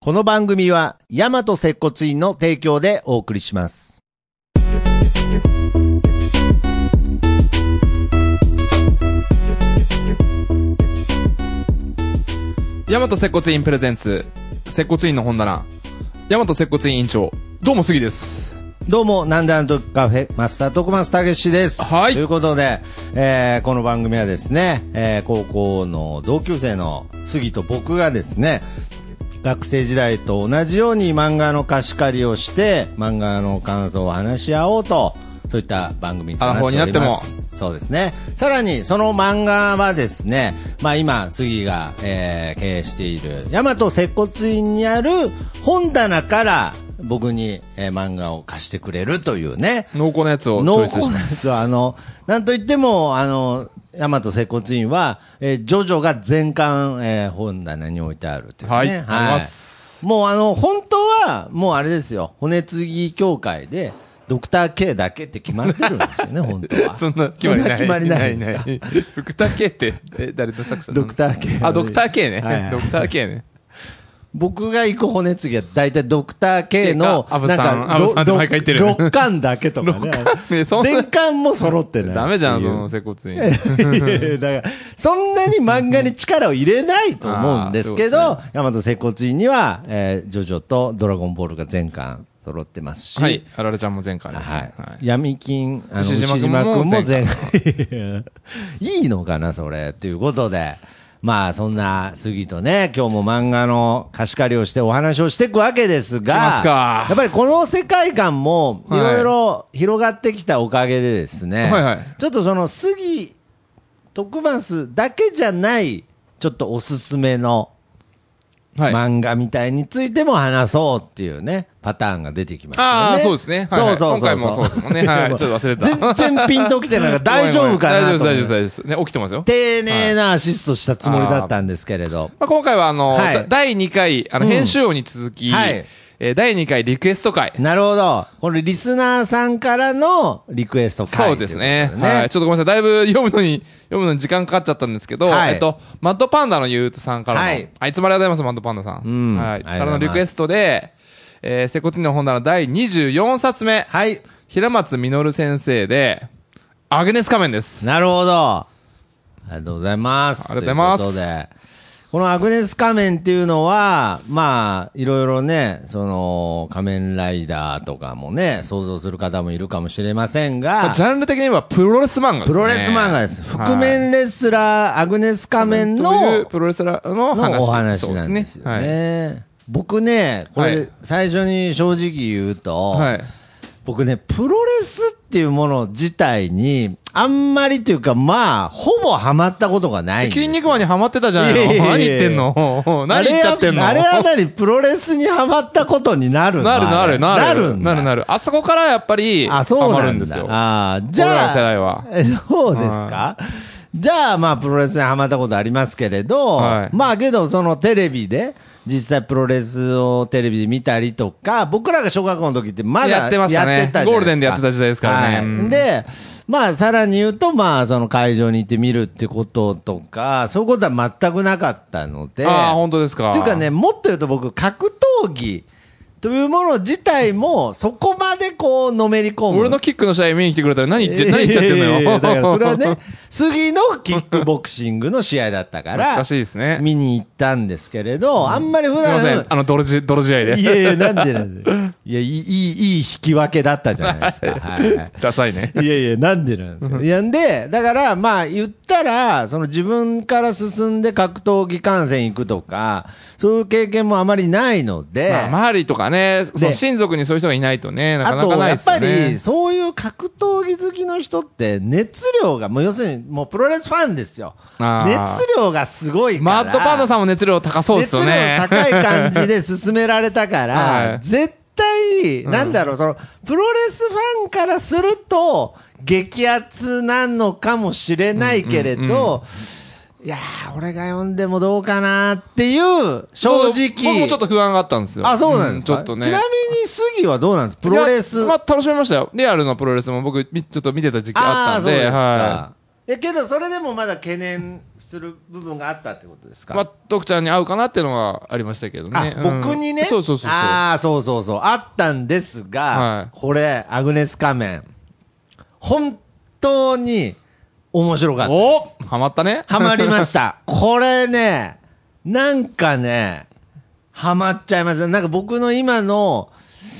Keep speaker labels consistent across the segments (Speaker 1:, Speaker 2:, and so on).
Speaker 1: この番組は、ヤマト接骨院の提供でお送りします。
Speaker 2: 大和接骨院プレゼンツ、接骨院の本棚、大和接骨院院長、どうも杉です。
Speaker 1: どうも、なんであの時カフェ、マスター徳松たけしです。
Speaker 2: はい
Speaker 1: ということで、えーこの番組はですね、えー高校の同級生の杉と僕がですね、学生時代と同じように漫画の貸し借りをして、漫画の感想を話し合おうと、そういった番組となっております。
Speaker 2: アラフォーになって
Speaker 1: そうですね。さらに、その漫画はですね、まあ今、杉が、えー経営している、大和接骨院にある本棚から、僕に、えー漫画を貸してくれるというね、
Speaker 2: 濃厚なやつをチ
Speaker 1: 濃
Speaker 2: ョイス
Speaker 1: 厚
Speaker 2: し
Speaker 1: な
Speaker 2: ま。
Speaker 1: んですすよ。あの、なんといっても、あの、大和接骨院は、えージョジョが全巻、えー本棚に置いてあるというね。
Speaker 2: はいあります
Speaker 1: もうあの、本当は、もうあれですよ、骨継ぎ協会で、ドクター K だけって決まってるんですよね、本当は。
Speaker 2: そんな決まりない。
Speaker 1: そんないんですか
Speaker 2: ないないドクター K って、え、誰の作者な
Speaker 1: ド
Speaker 2: の
Speaker 1: クター K。
Speaker 2: あ、ドクター K ね。
Speaker 1: はいはい
Speaker 2: ドクター K ね。
Speaker 1: 僕が行く骨継ぎは大体ドクター K の、
Speaker 2: K かアブさんアブさんって毎回言ってるよね
Speaker 1: 6巻だけと かね。
Speaker 2: ねそんな
Speaker 1: 全巻も揃ってない。
Speaker 2: ダメじゃん、そ
Speaker 1: の
Speaker 2: の接骨院。
Speaker 1: いやいや だから、そんなに漫画に力を入れないと思うんですけ
Speaker 2: あ
Speaker 1: ど、大和接骨院には、えージョジョとドラゴンボールが全巻揃ってますし、
Speaker 2: はい。あられちゃんも前回です
Speaker 1: はい
Speaker 2: ね。はい。
Speaker 1: 闇金、あの、
Speaker 2: 牛
Speaker 1: 牛島
Speaker 2: 島君
Speaker 1: 君も
Speaker 2: も前
Speaker 1: 全 いいのかな、それ。ということで、まあ、そんな杉とね、今日も漫画の貸し借りをしてお話をしていくわけですが、
Speaker 2: 来ますか
Speaker 1: やっぱりこの世界観も、い
Speaker 2: はい
Speaker 1: ろいろ広がってきたおかげでですね、
Speaker 2: はいはい
Speaker 1: ちょっとその杉、徳松だけじゃない、ちょっとおすすめの、
Speaker 2: はい。
Speaker 1: 漫画みたいについても話そうっていうね、パターンが出てきましたよね。
Speaker 2: ああ、そうですね。はい
Speaker 1: そ
Speaker 2: は
Speaker 1: うそ
Speaker 2: い
Speaker 1: うそう。
Speaker 2: 今回もそうですもんね。 はい。ちょっと忘れてた。
Speaker 1: 全然ピンときてないから大丈夫かなと思って
Speaker 2: ごめんごめん大丈夫です、大丈夫です大丈夫です。ね、起きてますよ。
Speaker 1: 丁寧なアシストしたつもりだったんですけれど。
Speaker 2: まあ、今回はあの、
Speaker 1: はい
Speaker 2: だ第2回、あの、
Speaker 1: うん
Speaker 2: 編集王に続き、
Speaker 1: はい
Speaker 2: えー第2回リクエスト会。
Speaker 1: なるほど。これリスナーさんからのリクエスト回
Speaker 2: そうですね
Speaker 1: ということで
Speaker 2: はい。ちょっとごめんなさい。だいぶ 読むのに、読むのに時間かかっちゃったんですけど、
Speaker 1: はい
Speaker 2: えっと、マッドパンダのゆうとさんからの、
Speaker 1: は
Speaker 2: はいい、いつもありがとうございます、マッドパンダさん。
Speaker 1: うん
Speaker 2: は
Speaker 1: あ
Speaker 2: い。
Speaker 1: り
Speaker 2: か
Speaker 1: がとうございます
Speaker 2: らのリクエストで、えー、セコティの本棚第24冊目、
Speaker 1: はい。
Speaker 2: 平松実先生で、アグネス仮面です。
Speaker 1: なるほど。ありがとうございます。
Speaker 2: ありがとうございます
Speaker 1: ということで、このアグネス仮面っていうのは、まあ、いろいろね、その、仮面ライダーとかもね、想像する方もいるかもしれません
Speaker 2: まあ
Speaker 1: が、
Speaker 2: ジャンル的にはプロレス漫画ですね。
Speaker 1: プロレス漫画です。
Speaker 2: はい
Speaker 1: 覆面レスラー、アグネス仮面の、
Speaker 2: というプロレスラーの話
Speaker 1: のお話
Speaker 2: そう
Speaker 1: なんですよね。
Speaker 2: はい。
Speaker 1: 僕ね、こ
Speaker 2: はい
Speaker 1: れ、最初に正直言うと、
Speaker 2: はい
Speaker 1: 僕ね、プロレスっていうもの自体に、あんまりというか、まあ、ほぼハマったことがないんです
Speaker 2: 筋肉マンにハマってたじゃない
Speaker 1: いやいやい
Speaker 2: の
Speaker 1: や
Speaker 2: 何言ってんの何言っちゃってんの
Speaker 1: あれはあれは何プロレスにハマったことになるの
Speaker 2: なるな
Speaker 1: あれ
Speaker 2: るなる。
Speaker 1: なるんだ
Speaker 2: なるなる。あそこからやっぱり、
Speaker 1: あ、そう
Speaker 2: ハマ
Speaker 1: な
Speaker 2: る
Speaker 1: ん
Speaker 2: ん
Speaker 1: だ。
Speaker 2: ですよ。
Speaker 1: ああ、じゃあ、
Speaker 2: 俺らの世
Speaker 1: えそうですか、じゃあ、まあ、プロレスにハマったことありますけれど、
Speaker 2: はい
Speaker 1: まあ、けど、そのテレビで、実際プロレスをテレビで見たりとか、僕らが小学校の時ってまだ
Speaker 2: やってましたね
Speaker 1: やってたじゃないですか
Speaker 2: ゴールデンでやってた時代ですからね
Speaker 1: はい
Speaker 2: うん
Speaker 1: で、まあ、さらに言うと、まあ、その会場に行って見るってこととか、そういうことは全くなかったので、
Speaker 2: ああ、本当ですか。
Speaker 1: というかね、、もっと言うと僕、格闘技というもの自体も、そこまでこう、のめり込む。
Speaker 2: 俺のキックの試合見に来てくれたら何言って、何言っちゃってんの
Speaker 1: いやいやいや
Speaker 2: よ。
Speaker 1: だからそれはね、杉のキックボクシングの試合だったから、
Speaker 2: 懐かしいですね
Speaker 1: 見に行ったんですけれど、あんまり普
Speaker 2: すいま
Speaker 1: 段、
Speaker 2: せん。あの、泥じ、泥試合
Speaker 1: い
Speaker 2: で。
Speaker 1: やいや、なんでなんで。いや、いい、いい、いい引き分けだったじゃないですか。はいはい。
Speaker 2: ダサいね。
Speaker 1: いやいや、なんでなんですか。いや、んで、だから、まあ、言ったら、その自分から進んで格闘技観戦行くとか、そういう経験もあまりないので、
Speaker 2: まあ、周りとかね、その
Speaker 1: で
Speaker 2: 親族にそういう人がいないとね、なか
Speaker 1: あ
Speaker 2: な
Speaker 1: と
Speaker 2: か、ない
Speaker 1: や
Speaker 2: で
Speaker 1: っ
Speaker 2: すよ
Speaker 1: ぱ
Speaker 2: ね。
Speaker 1: り、そういう格闘技好きの人って、熱量が、もう要するに、もうプロレスファンですよ。
Speaker 2: あー
Speaker 1: 熱量がすごいから。
Speaker 2: マッドパンダさんも熱量高そうですよね。
Speaker 1: 熱量高い感じで進められたか
Speaker 2: は
Speaker 1: ら
Speaker 2: い、
Speaker 1: 絶対、なんだろう、その、プロレスファンからすると、激アツなのかもしれないけれど、いやー、俺が読んでもどうかなっていう、正
Speaker 2: 僕も
Speaker 1: 直
Speaker 2: ちょっ。と不安があったんですよ。
Speaker 1: あ、そうなんですか、
Speaker 2: ちょっとね。
Speaker 1: ちなみに杉はどうなんですプロレ
Speaker 2: い
Speaker 1: ス。
Speaker 2: やまあ、楽しめましたよ。リアルなプロレスも僕、みちょっと見てた時期あったんで、
Speaker 1: ーそうですか
Speaker 2: は
Speaker 1: えけどそれでもまだ懸念する部分があったってことですか、
Speaker 2: まあ、徳ちゃんに合うかなっていうのはありましたけどね。
Speaker 1: あ、
Speaker 2: うん
Speaker 1: 僕にね。
Speaker 2: そうそうそうそう。
Speaker 1: ああ、そうそうそう。あったんですが、
Speaker 2: はい
Speaker 1: これ、アグネス仮面。本当に面白かったで
Speaker 2: お
Speaker 1: す。
Speaker 2: ハマったね。
Speaker 1: ハマりま した。これね、なんかね、ハマっちゃいます。なんか僕の今の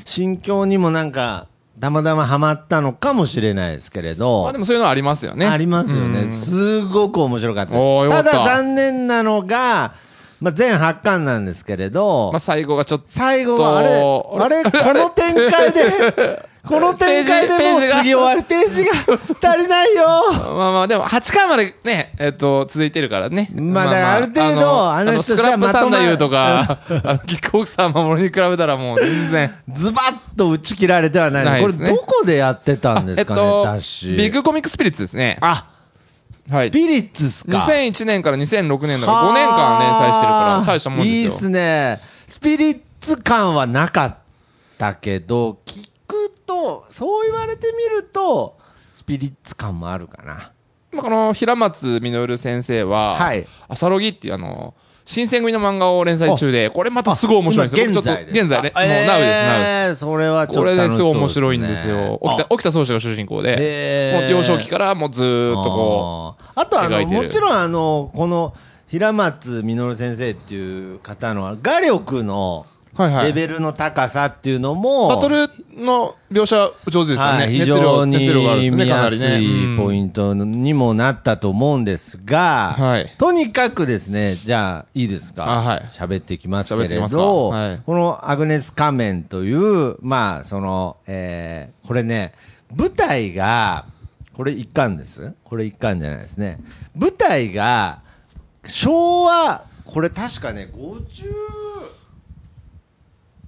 Speaker 1: 心境にもなんか、たまたまハマったのかもしれないですけれど。
Speaker 2: まあでもそういうのはありますよね。
Speaker 1: ありますよ
Speaker 2: う
Speaker 1: ね。
Speaker 2: ん
Speaker 1: すごく面白かった
Speaker 2: おー
Speaker 1: で
Speaker 2: よ
Speaker 1: す。
Speaker 2: か
Speaker 1: た
Speaker 2: った
Speaker 1: だ残念なのが、まあ、全8巻なんですけれど
Speaker 2: まあ、最後がちょっと。
Speaker 1: 最後はあれ、
Speaker 2: と
Speaker 1: あれ、この展開で、この展開でもう
Speaker 2: ページ
Speaker 1: 次終わる。ページが足りないよ。
Speaker 2: まあまあ、でも8巻までね、えっと、続いてるからね。
Speaker 1: まあだからある程度あの人
Speaker 2: ス
Speaker 1: と
Speaker 2: ク
Speaker 1: しては
Speaker 2: ラップ
Speaker 1: まとま
Speaker 2: サ
Speaker 1: る
Speaker 2: ンダユーとか、 あのキックオフサー守るに比べたらもう全然。
Speaker 1: ズバッと打ち切られてはない。
Speaker 2: ない
Speaker 1: こ
Speaker 2: で
Speaker 1: れ
Speaker 2: すね
Speaker 1: どこでやってたんですかね、雑誌。
Speaker 2: ビッグコミックスピリッツですね。
Speaker 1: あ、
Speaker 2: はい
Speaker 1: ス。ピリッツっすか。
Speaker 2: 2001年から2006年だから5年間連載してるから大したもんですよ。
Speaker 1: いいっすね。スピリッツ感はなかったけど、聞くと、そう言われてみると、スピリッツ感もあるかな。
Speaker 2: まあ、この平松実先生は、
Speaker 1: はい
Speaker 2: アサロギっていうあの、新選組の漫画を連載中で、これまたすごい面白いんですよ。
Speaker 1: 今
Speaker 2: 僕ちょっと現在ね、もうナウです、ナウです。
Speaker 1: えーそれはちょっと
Speaker 2: これですごい面
Speaker 1: 楽しそ
Speaker 2: 白
Speaker 1: う
Speaker 2: いん
Speaker 1: ね
Speaker 2: ですよ。沖田、沖田総司が主人公で
Speaker 1: へ、ー
Speaker 2: もう幼少期からもうずーっとこ
Speaker 1: あーあとあ
Speaker 2: 描
Speaker 1: の
Speaker 2: いてる
Speaker 1: もちろんあのこの平松実先生っていう方の画力の
Speaker 2: はいはい
Speaker 1: レベルの高さっていうのも、
Speaker 2: う、バトルの描写上手ですよ
Speaker 1: は
Speaker 2: ね。
Speaker 1: い、非
Speaker 2: 熱量
Speaker 1: 常に
Speaker 2: 熱量があるんですね、
Speaker 1: 見
Speaker 2: かな
Speaker 1: や
Speaker 2: り
Speaker 1: す
Speaker 2: ね。
Speaker 1: いポイ
Speaker 2: ン
Speaker 1: ントにもなったと思うんですが、
Speaker 2: はい
Speaker 1: とにかくですね、じゃあいいですか
Speaker 2: あはい
Speaker 1: 喋ってきますけ
Speaker 2: 喋ってき
Speaker 1: れ
Speaker 2: ますか
Speaker 1: ど、
Speaker 2: はい
Speaker 1: このアグネス仮面という、まあ、その、えーこれね、舞台が、これ一巻ですこれ一巻じゃないですね。舞台が、昭和、これ確かね、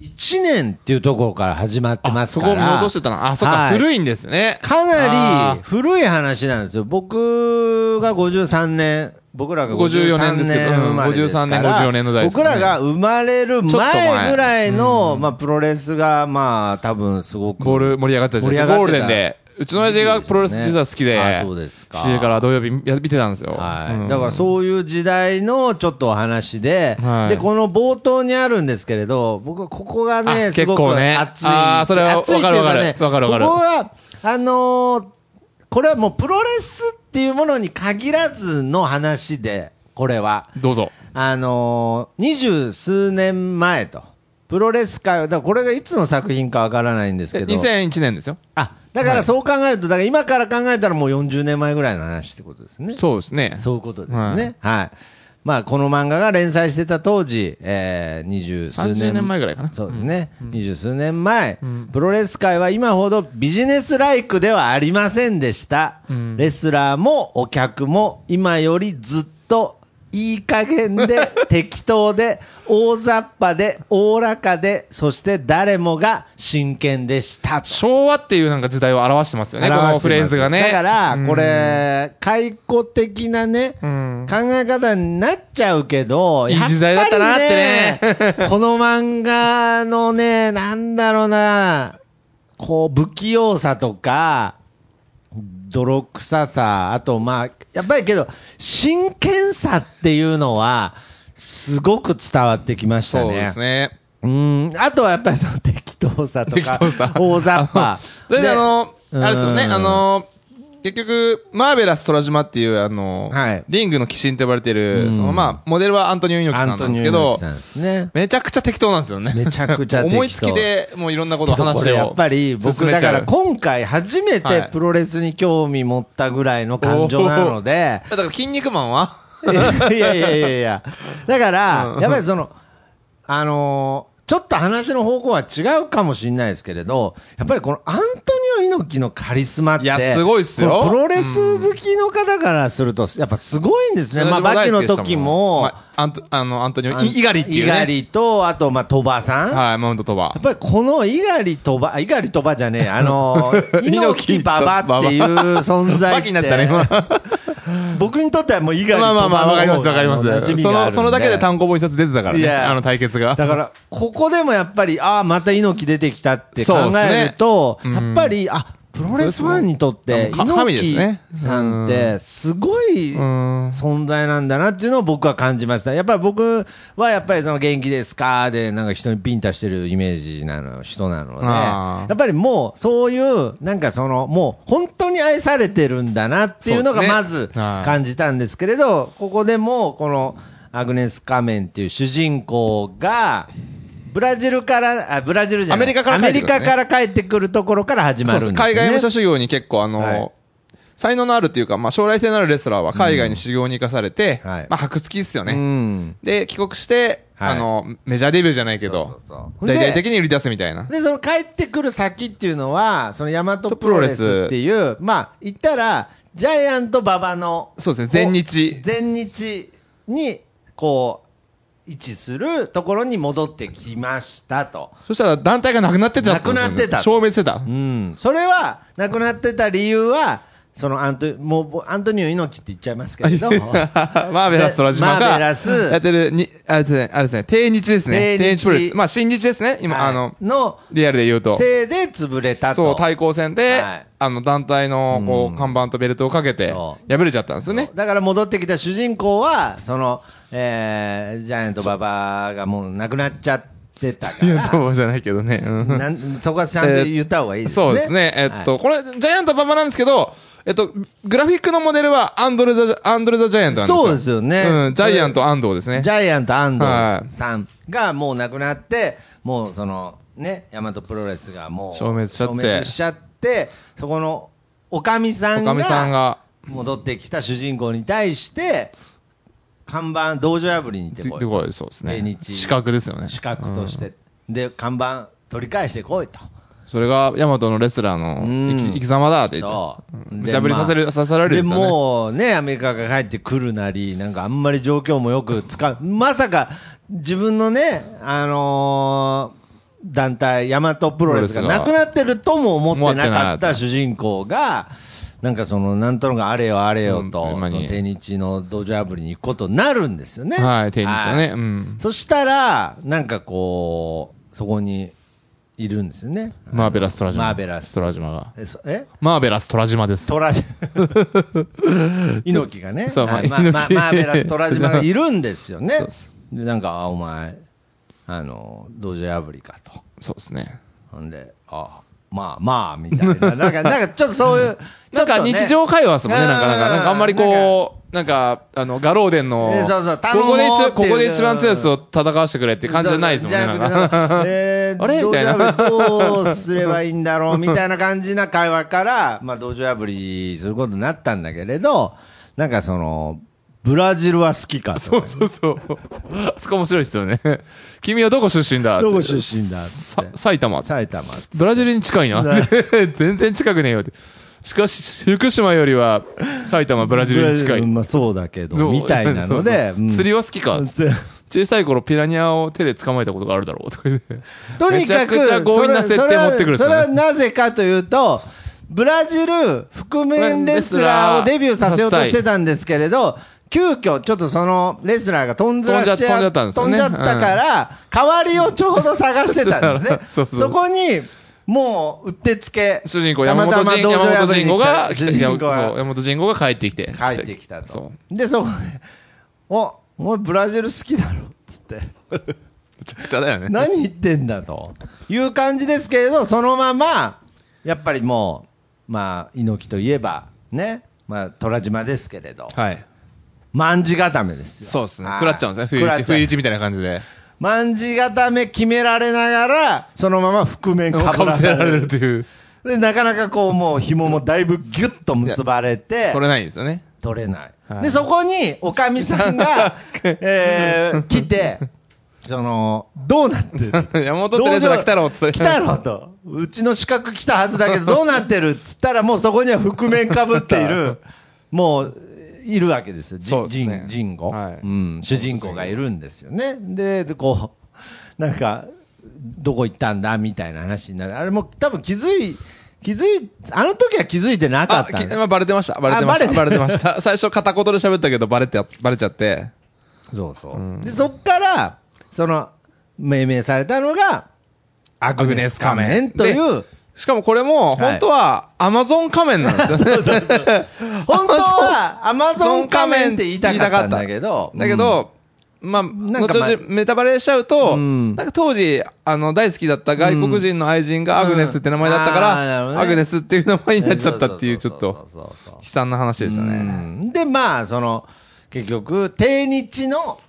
Speaker 1: 51年っていうところから始まってま
Speaker 2: あ、
Speaker 1: す
Speaker 2: そ
Speaker 1: から。
Speaker 2: こを見落としてたな。あ、そっか、
Speaker 1: はい
Speaker 2: 古いんですね。
Speaker 1: か
Speaker 2: あ
Speaker 1: なり
Speaker 2: ー
Speaker 1: 古い話なんですよ。僕が53年、僕らが53
Speaker 2: 54年
Speaker 1: 年
Speaker 2: ですけど
Speaker 1: 生まれですから
Speaker 2: 53年54年の代ですね
Speaker 1: 僕らが生まれる
Speaker 2: ちょっと前
Speaker 1: 前ぐらいの、まあ、プロレスが、まあ、多分すごく。
Speaker 2: ボール盛り上がったじゃないですか。
Speaker 1: 盛
Speaker 2: ゴー
Speaker 1: り
Speaker 2: ル
Speaker 1: 上が
Speaker 2: デン
Speaker 1: ってた
Speaker 2: で。うちの親父がプロレス実は好きで、
Speaker 1: あそうですか
Speaker 2: 7時から土曜日や見てたんですよ。
Speaker 1: はい
Speaker 2: うん
Speaker 1: だからそういう時代のちょっとお話で、
Speaker 2: はい
Speaker 1: で、この冒頭にあるんですけれど、僕はここが
Speaker 2: あ
Speaker 1: ね、
Speaker 2: 結
Speaker 1: すご
Speaker 2: 構
Speaker 1: く
Speaker 2: ね
Speaker 1: 熱い。
Speaker 2: あーそれは
Speaker 1: 熱いっていう
Speaker 2: わかる
Speaker 1: ね
Speaker 2: わかるわかる
Speaker 1: ここは、あのーこれはもうプロレスっていうものに限らずの話で、これは。
Speaker 2: どうぞ。
Speaker 1: あのー二十数年前と、プロレス界を、だからこれがいつの作品かわからないんですけど、
Speaker 2: 2001年ですよ。
Speaker 1: あ、だからそう考えると、だから今から考えたらもう40年前ぐらいの話ってことですね。
Speaker 2: そうですね。
Speaker 1: そういうことですね。はい。まあ、この漫画が連載してた当時、えー、二十数年。
Speaker 2: 30年前ぐらいかな
Speaker 1: そうですね。二、十、数年前、プロレス界は今ほどビジネスライクではありませんでした。レスラーもお客も今よりずっといい加減で適当で大雑把でおおらかでそして誰もが真剣でしたと
Speaker 2: 昭和っていうなんか時代を表してますよね、こ
Speaker 1: 表
Speaker 2: の
Speaker 1: してます
Speaker 2: フレーズがね。
Speaker 1: だから
Speaker 2: うん、
Speaker 1: これ、解雇的なね、
Speaker 2: ん
Speaker 1: 考え方になっちゃうけど、
Speaker 2: いい時代だったな
Speaker 1: やぱり ねこの漫画のね、なんだろうな、こう、不器用さとか、泥臭さ、あとまあ、やっぱりけど、真剣さっていうのは、すごく伝わってきましたね。
Speaker 2: そうですね。
Speaker 1: うん、あとはやっぱりその適当さとか、
Speaker 2: 適当さ
Speaker 1: 大雑把。
Speaker 2: それであの、
Speaker 1: うん
Speaker 2: あれですよね、あの、結局、マーベラス虎島っていう、あの
Speaker 1: はい、
Speaker 2: リングの鬼神と呼ばれてる、そのまあ、モデルはアントニオ猪木さんなんですけ
Speaker 1: 猪
Speaker 2: ど
Speaker 1: 木、さんですね。
Speaker 2: めちゃくちゃ適当なんですよね。
Speaker 1: めちゃくちゃ適当
Speaker 2: 思いつきで、もういろんなことを話を
Speaker 1: これやっぱり
Speaker 2: 進
Speaker 1: 僕
Speaker 2: め
Speaker 1: だ
Speaker 2: ちゃ
Speaker 1: か
Speaker 2: う
Speaker 1: ら今回初め
Speaker 2: は
Speaker 1: て
Speaker 2: い
Speaker 1: プロレスに興味持ったぐらいの感情なので、
Speaker 2: だから、筋肉マンは
Speaker 1: いやいやいやいや。だから、やっぱりその、あのーちょっと話の方向は違うかもしれないですけれど、やっぱりこのアントニオ猪木のカリスマって、
Speaker 2: いやすごいっすよ
Speaker 1: このプロレス好きの方からすると、やっぱすごいんですね。まあ、
Speaker 2: 私も
Speaker 1: バ
Speaker 2: 大
Speaker 1: キ
Speaker 2: 好き
Speaker 1: の
Speaker 2: でしたん
Speaker 1: 時も、
Speaker 2: まあアントあの、アントニオ、イガリっていう
Speaker 1: イガ
Speaker 2: ね。
Speaker 1: リと、あと、まあ、鳥羽さん。
Speaker 2: はい、マウントトバ
Speaker 1: やっ。ぱりこの猪狩鳥羽、あ猪狩鳥羽じゃねえ、あ の、猪木馬場っていう存在
Speaker 2: バキになったね、今。
Speaker 1: 僕にとってはもう猪狩鳥
Speaker 2: まあ
Speaker 1: 羽
Speaker 2: まあ
Speaker 1: の
Speaker 2: まあ、わかります
Speaker 1: 方が
Speaker 2: わかりま
Speaker 1: 馴染
Speaker 2: す。
Speaker 1: み
Speaker 2: そ
Speaker 1: があるん
Speaker 2: の、そのだけで単行本一冊出てたから
Speaker 1: い
Speaker 2: ね、
Speaker 1: や
Speaker 2: あの対決が。
Speaker 1: だから、ここでもやっぱり、ああ、また猪木出てきたって考えると、
Speaker 2: そうですねうん
Speaker 1: やっぱり、あ、ププロレスファンにとって、
Speaker 2: か神ですね
Speaker 1: 猪木さんって、すごい
Speaker 2: うん。
Speaker 1: 存在なんだなっていうのを僕は感じました。やっぱり僕はやっぱりその元気ですかでなんか人にビンタしてるイメージなの、人なので、
Speaker 2: あ
Speaker 1: や
Speaker 2: ー
Speaker 1: っぱりもうそういう、なんかそのもう本当に愛されてるんだなっていうのが
Speaker 2: そうですね
Speaker 1: まず
Speaker 2: はい
Speaker 1: 感じたんですけれど、ここでもこのアグネス・仮面っていう主人公が、ブラジルから、あ、ブラジルじゃない
Speaker 2: アメリカから
Speaker 1: ア
Speaker 2: 帰っ
Speaker 1: メ
Speaker 2: て
Speaker 1: リ
Speaker 2: くるね
Speaker 1: カから帰ってくるところから始ま
Speaker 2: そ
Speaker 1: る
Speaker 2: うん
Speaker 1: です
Speaker 2: そう
Speaker 1: よね。
Speaker 2: 海外武者修行に結構あの、
Speaker 1: はい
Speaker 2: 才能のあるっていうか、まあ、将来性のあるレスラーは海外に修行に行かされて、
Speaker 1: うんはい
Speaker 2: まあ、白付きっすよね。
Speaker 1: うん。
Speaker 2: で、帰国して、
Speaker 1: はい
Speaker 2: あの、メジャーデビューじゃないけど、
Speaker 1: そうそうそう
Speaker 2: 大々的に売り出すみたいな。
Speaker 1: で、その帰ってくる先っていうのは、その大和プロレスっていう、まあ、言ったら、ジャイアント馬場の、
Speaker 2: そうですね、全日。
Speaker 1: 全日に、こう、位置するところに戻ってきましたと。
Speaker 2: そしたら団体がなくなってっちゃったんですよ、
Speaker 1: なくなってた
Speaker 2: 消滅してた。
Speaker 1: うん。それは、亡くなってた理由は、そのアント、もう、アントニオ猪木って言っちゃいますけれど
Speaker 2: マーベラス虎島
Speaker 1: マー
Speaker 2: が、
Speaker 1: ベラス
Speaker 2: やってるに、あれですね、あれですね、定日ですね。
Speaker 1: 定
Speaker 2: 定
Speaker 1: 日
Speaker 2: 日プロレス。まあ、新日ですね、今、
Speaker 1: はい
Speaker 2: あの、
Speaker 1: の、
Speaker 2: リアルで言うと。
Speaker 1: せいで潰れたと。
Speaker 2: そう、対抗戦で、
Speaker 1: はい
Speaker 2: あの、団体の、こう、看板とベルトをかけて、
Speaker 1: そ
Speaker 2: 破
Speaker 1: う
Speaker 2: れちゃったんですよね。
Speaker 1: だから戻ってきた主人公は、その、えージャイアント馬場がもう亡くなっちゃってたか
Speaker 2: いや、どうじゃないけどね。うん
Speaker 1: ら、なんそこはちゃんと言った方がいいですね。
Speaker 2: そうですね。えっと、
Speaker 1: はい
Speaker 2: これ、ジャイアント馬場なんですけど、えっと、グラフィックのモデルはアンドレザ、アンドレザジャイアントなんですよ。
Speaker 1: そうですよね
Speaker 2: うん、ジャイアント安藤ですね
Speaker 1: ジ。ャイアント安
Speaker 2: は
Speaker 1: 藤さんがもう亡くなって、もうその、ね、大和プロレスがもう
Speaker 2: 消滅しちゃって
Speaker 1: 消滅しちゃってそこのおかみさん
Speaker 2: おかみさん
Speaker 1: が
Speaker 2: が、
Speaker 1: 戻ってきた主人公に対して、看板、道場破りに行って
Speaker 2: で
Speaker 1: こい
Speaker 2: でこい、そうです
Speaker 1: 定
Speaker 2: ね。
Speaker 1: 日
Speaker 2: 資格ですよね。
Speaker 1: 資格として、で、看板取り返してこいと。
Speaker 2: それが、ヤマトのレスラーの
Speaker 1: ん
Speaker 2: 生き生き様だって言って。
Speaker 1: そう。
Speaker 2: 無茶ぶりさせる
Speaker 1: まあ
Speaker 2: させられるんですよね
Speaker 1: で、もうね、アメリカが帰ってくるなり、なんかあんまり状況もよくつか、まさか自分のね、あのー団体、ヤマトプロレスが
Speaker 2: プロレス
Speaker 1: な
Speaker 2: が
Speaker 1: くなってるとも思ってなか
Speaker 2: 思
Speaker 1: っ
Speaker 2: ってなか
Speaker 1: た
Speaker 2: った
Speaker 1: 主人公が、なんかその、なんとなくあれよあれよ
Speaker 2: う
Speaker 1: と、
Speaker 2: ん
Speaker 1: そ
Speaker 2: まあ
Speaker 1: の定日の道場破りに行くことになるんですよね。
Speaker 2: はい、定日は
Speaker 1: は
Speaker 2: ね。
Speaker 1: い
Speaker 2: うん。
Speaker 1: そしたら、なんかこう、そこにいるんですよね。
Speaker 2: マーベラス虎島。
Speaker 1: マーベラス
Speaker 2: 虎島が。
Speaker 1: え、そえ
Speaker 2: マーベラス虎島です。
Speaker 1: トラ 猪木がね、
Speaker 2: そう
Speaker 1: はい
Speaker 2: ま
Speaker 1: ま
Speaker 2: あ
Speaker 1: あ
Speaker 2: 猪木
Speaker 1: まあマーベラス・トラジマがいるんですよね
Speaker 2: そうです。
Speaker 1: でなんか、あ、お前、あの、道場破りかと。
Speaker 2: そうですね。
Speaker 1: ほんで、あ、まあまあ、みたいな。なん か、なんかちょっとそういう、
Speaker 2: なん
Speaker 1: ちょっ
Speaker 2: か
Speaker 1: とね
Speaker 2: 日常会話ですもんね、
Speaker 1: うん
Speaker 2: なんか、なんか、なんかあんまりこう、なんか、あの、ガローデンの
Speaker 1: え、そうそう
Speaker 2: こ
Speaker 1: 頼む
Speaker 2: こで一
Speaker 1: っていう
Speaker 2: ここで一番強いやつを戦わせてくれって感じじゃないですもんね、
Speaker 1: そ
Speaker 2: な
Speaker 1: うんじゃなく
Speaker 2: か。
Speaker 1: てなんかえー
Speaker 2: あれ
Speaker 1: 道
Speaker 2: みたいな
Speaker 1: 場破りどうすればいいんだろうみたいな感じな会話 から、まあ、道場破りすることになったんだけれど、なんかその、ブラジルは好きかと。
Speaker 2: そうそうそう。あそこ面白いですよね。君はどこ出身だって
Speaker 1: どこ出身だって
Speaker 2: さ埼玉。
Speaker 1: 埼玉。
Speaker 2: ブラジルに近いな。 全然近くねえよって。しかし、福島よりは埼玉、ブラジルに近
Speaker 1: ブラジル
Speaker 2: い。
Speaker 1: まあそうだけ
Speaker 2: そ
Speaker 1: ど、
Speaker 2: う
Speaker 1: みたいなの
Speaker 2: そう
Speaker 1: で
Speaker 2: そう、釣り
Speaker 1: を
Speaker 2: は好きか。小さい頃ピラニアを手で捕まえたことがあるだろうとか言 って。
Speaker 1: とにかく、
Speaker 2: めちゃくちゃ強引な設定持ってくるんで
Speaker 1: そ
Speaker 2: すよ
Speaker 1: れはそ
Speaker 2: ね
Speaker 1: れはなぜかというと、ブラジル覆面レスラーをデビューさせようとしてたんですけれど、急遽ちょっとそのレスラーが飛んずらしちゃ
Speaker 2: 飛んじゃ飛んじゃったんですよね。
Speaker 1: 飛んじゃったから、代わりをちょうど探してたんですね
Speaker 2: そうそう
Speaker 1: そこに、もう、うってつけ。
Speaker 2: 主人公
Speaker 1: た
Speaker 2: 山
Speaker 1: ま
Speaker 2: 本
Speaker 1: たま
Speaker 2: 仁
Speaker 1: 道場
Speaker 2: 山
Speaker 1: 破
Speaker 2: 本
Speaker 1: り
Speaker 2: 仁
Speaker 1: に
Speaker 2: 吾
Speaker 1: 来
Speaker 2: が
Speaker 1: た
Speaker 2: 来て
Speaker 1: 主人
Speaker 2: そう
Speaker 1: 公が
Speaker 2: 山本仁吾が帰ってきて
Speaker 1: 帰ってきたと
Speaker 2: そ。
Speaker 1: で、そこで、お、お前ブラジル好きだろっつ って。
Speaker 2: うめちゃくちゃだよね
Speaker 1: 何言ってんだという感じですけれど、そのまま、やっぱりもう、まあ、猪木といえば、ね、まあ、虎島ですけれど、
Speaker 2: はい
Speaker 1: 万事固めですよ。
Speaker 2: そうですね
Speaker 1: はい
Speaker 2: 食らっちゃうんです
Speaker 1: 食
Speaker 2: ね不
Speaker 1: ら
Speaker 2: 意
Speaker 1: っちゃ
Speaker 2: 打
Speaker 1: う
Speaker 2: ち不意打ちみたいな感じで
Speaker 1: 万事固め決められながら、そのまま覆面かぶ
Speaker 2: からぶせ
Speaker 1: さ
Speaker 2: ら
Speaker 1: れ
Speaker 2: れ
Speaker 1: る
Speaker 2: る。と いう
Speaker 1: で、なかなかこう、もう紐もだいぶギュッと結ばれて、
Speaker 2: 取れないんですよね
Speaker 1: 取れない。で、そこに、おかみさん が、えー、来て、その、どうなってる
Speaker 2: 山本ってレスラー来たろっつって
Speaker 1: 来たろと。うちの資格来たはずだ けど、どうなってるっつったら、もうそこには覆面かぶっている、もう、いるわけですよ。じ
Speaker 2: そうです
Speaker 1: ジ
Speaker 2: ね
Speaker 1: ン、ジンゴ。
Speaker 2: はい
Speaker 1: うん、主人公がいるんですよね。で、でこう、なんか、どこ行ったんだみたいな話になる。あれもう多分気づい、気づい、あの時は気づいてなか
Speaker 2: あ
Speaker 1: った
Speaker 2: き
Speaker 1: んだ
Speaker 2: まあバレてましたバレてまし
Speaker 1: あ
Speaker 2: た
Speaker 1: バ
Speaker 2: バレて ました最初片言で喋ったけどバレてバレちゃって
Speaker 1: そうそう。で、そっから、その、命名されたのが、アグネス仮面という、
Speaker 2: しかもこれも、
Speaker 1: はい
Speaker 2: 本当は、アマゾン仮面なんですよね。
Speaker 1: 本当はアマゾン仮面って言いたかったんだけど、
Speaker 2: だけど、まあ、
Speaker 1: んか
Speaker 2: 後
Speaker 1: まあ
Speaker 2: 々メタバレしちゃうと、
Speaker 1: うん
Speaker 2: なんか当時、あの、大好きだった外国人の愛人がアグネスって名前だったか
Speaker 1: うんあーなるほど
Speaker 2: ら、
Speaker 1: ね
Speaker 2: アグネスっていう名前
Speaker 1: うん、
Speaker 2: になっちゃったっていう、ちょっ
Speaker 1: そ
Speaker 2: と、
Speaker 1: うそうそうそう
Speaker 2: 悲惨な話でしたね。
Speaker 1: うんで、まあ、その、結局、定日の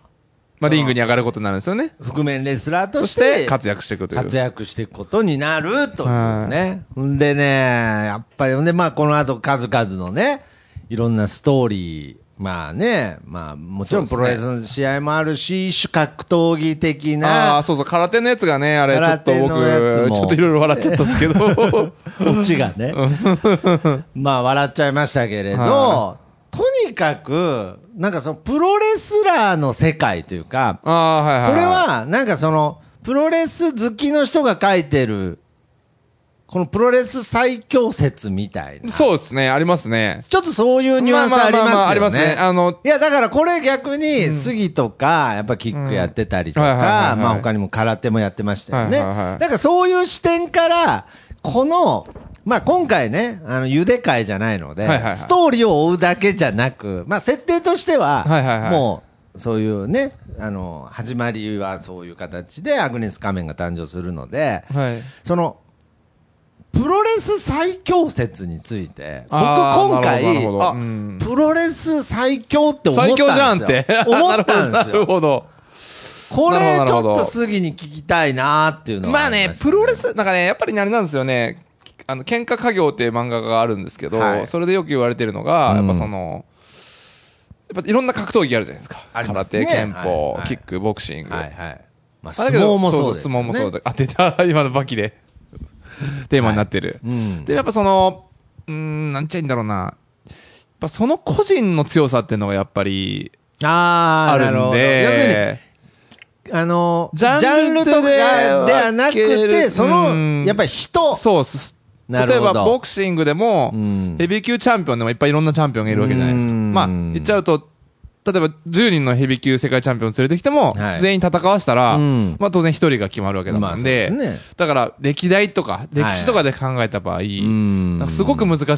Speaker 2: まあ、リングに上がることになるんですよね。
Speaker 1: 覆面レスラーと
Speaker 2: そ
Speaker 1: し
Speaker 2: してて、、活躍していくという。
Speaker 1: 活躍していくことになるというね。んでね、やっぱり、ほんで、まあ、この後数々のね、いろんなストーリー、まあね、まあ、もちろんプ
Speaker 2: そう
Speaker 1: ロ
Speaker 2: で
Speaker 1: レ
Speaker 2: す
Speaker 1: ス
Speaker 2: ね
Speaker 1: の試合もあるし、一種格闘技的
Speaker 2: ああ、
Speaker 1: な、
Speaker 2: そうそう、空手のやつがね、あれ、ちょ
Speaker 1: 空
Speaker 2: っと
Speaker 1: 手のやつ
Speaker 2: 僕、
Speaker 1: も
Speaker 2: ちょっといろいろ笑っちゃったんです けど、
Speaker 1: オチが ね、まあ、笑っちゃいましたけれど
Speaker 2: は、
Speaker 1: とにかく、なんかその、プロレスラーの世界というか、
Speaker 2: ああ、はいはいい。
Speaker 1: これは、なんかその、プロレス好きの人が書いてる、このプロレス最強説みたいな。
Speaker 2: そうですね、ありますね。
Speaker 1: ちょっとそういうニュアンス
Speaker 2: ま
Speaker 1: あ
Speaker 2: あ
Speaker 1: りま
Speaker 2: ま
Speaker 1: す
Speaker 2: あま
Speaker 1: よ
Speaker 2: あ
Speaker 1: ね。
Speaker 2: ありますねあの
Speaker 1: いや、だからこれ逆に、杉とか、やっぱキックやってたりと
Speaker 2: うんはいはいはい
Speaker 1: か
Speaker 2: は、い
Speaker 1: まあ他にも空手もやってましたよね。
Speaker 2: はいはいはい
Speaker 1: だからそういう視点から、この、まあ今回ね、あの、ゆで会じゃないので、
Speaker 2: はいはいはい
Speaker 1: ストーリーを追うだけじゃなく、まあ設定としては、
Speaker 2: はいはいはい
Speaker 1: もう、そういうね、あの、始まりはそういう形でアグネス仮面が誕生するので、
Speaker 2: はい。
Speaker 1: そのプロレス最強説について僕
Speaker 2: あー
Speaker 1: 今回
Speaker 2: なるほどなるほど
Speaker 1: あ
Speaker 2: うん
Speaker 1: プロレス最強って思ったんで
Speaker 2: 最
Speaker 1: すよ
Speaker 2: 強じゃんって。
Speaker 1: 思ったん
Speaker 2: な
Speaker 1: です
Speaker 2: る
Speaker 1: よ
Speaker 2: ほど。
Speaker 1: これ
Speaker 2: なるほ
Speaker 1: ちょっ
Speaker 2: どなるほ
Speaker 1: と
Speaker 2: ど
Speaker 1: 杉に聞きたいなーっていうのは
Speaker 2: まあね、プロレ
Speaker 1: ス
Speaker 2: ス、なんかね、やっぱりねあれなんですよね、あの、喧嘩家業っていう漫画があるんですけど、
Speaker 1: はい
Speaker 2: それでよく言われてるのが、
Speaker 1: うん
Speaker 2: やっぱその、やっぱいろんな格闘技あるじゃないですか。
Speaker 1: ありま
Speaker 2: 空
Speaker 1: すね
Speaker 2: 手、拳
Speaker 1: はい
Speaker 2: 法
Speaker 1: は、い
Speaker 2: キック、ボクシング。
Speaker 1: はいはい、まあ、
Speaker 2: あ
Speaker 1: 相撲もそうですよ、ね、
Speaker 2: 相撲もそうだ。あ、出た、 今のバキで。テーマになってる。
Speaker 1: うん
Speaker 2: で、やっぱその、うーん、なんちゃいいんだろうな。やっぱその個人の強さっていうのがやっぱり
Speaker 1: あ
Speaker 2: あ
Speaker 1: あな
Speaker 2: る
Speaker 1: るほ
Speaker 2: ん
Speaker 1: ど要するに
Speaker 2: で、
Speaker 1: あの
Speaker 2: ジャンル
Speaker 1: とかで
Speaker 2: で
Speaker 1: はなく
Speaker 2: 分け
Speaker 1: て
Speaker 2: る
Speaker 1: そうの
Speaker 2: ん
Speaker 1: やっぱり人
Speaker 2: そうっす。
Speaker 1: なる
Speaker 2: 例え
Speaker 1: ほど
Speaker 2: ばボクシングでも、
Speaker 1: うん
Speaker 2: ヘビー級チャンピオンでもいっぱいいろんなチャンピオンがいるわけじゃないですか。
Speaker 1: うん
Speaker 2: まあ、言っちゃうと、例えば10人のヘビー級世界チャンピオン連れてきても、
Speaker 1: はい
Speaker 2: 全員戦わしたら、
Speaker 1: うん
Speaker 2: まあ当然1人が決まるわけだもんで、
Speaker 1: まあそうですね
Speaker 2: だから歴代とか、歴史とかで考えた場合、
Speaker 1: ん
Speaker 2: なんかすごく難しい話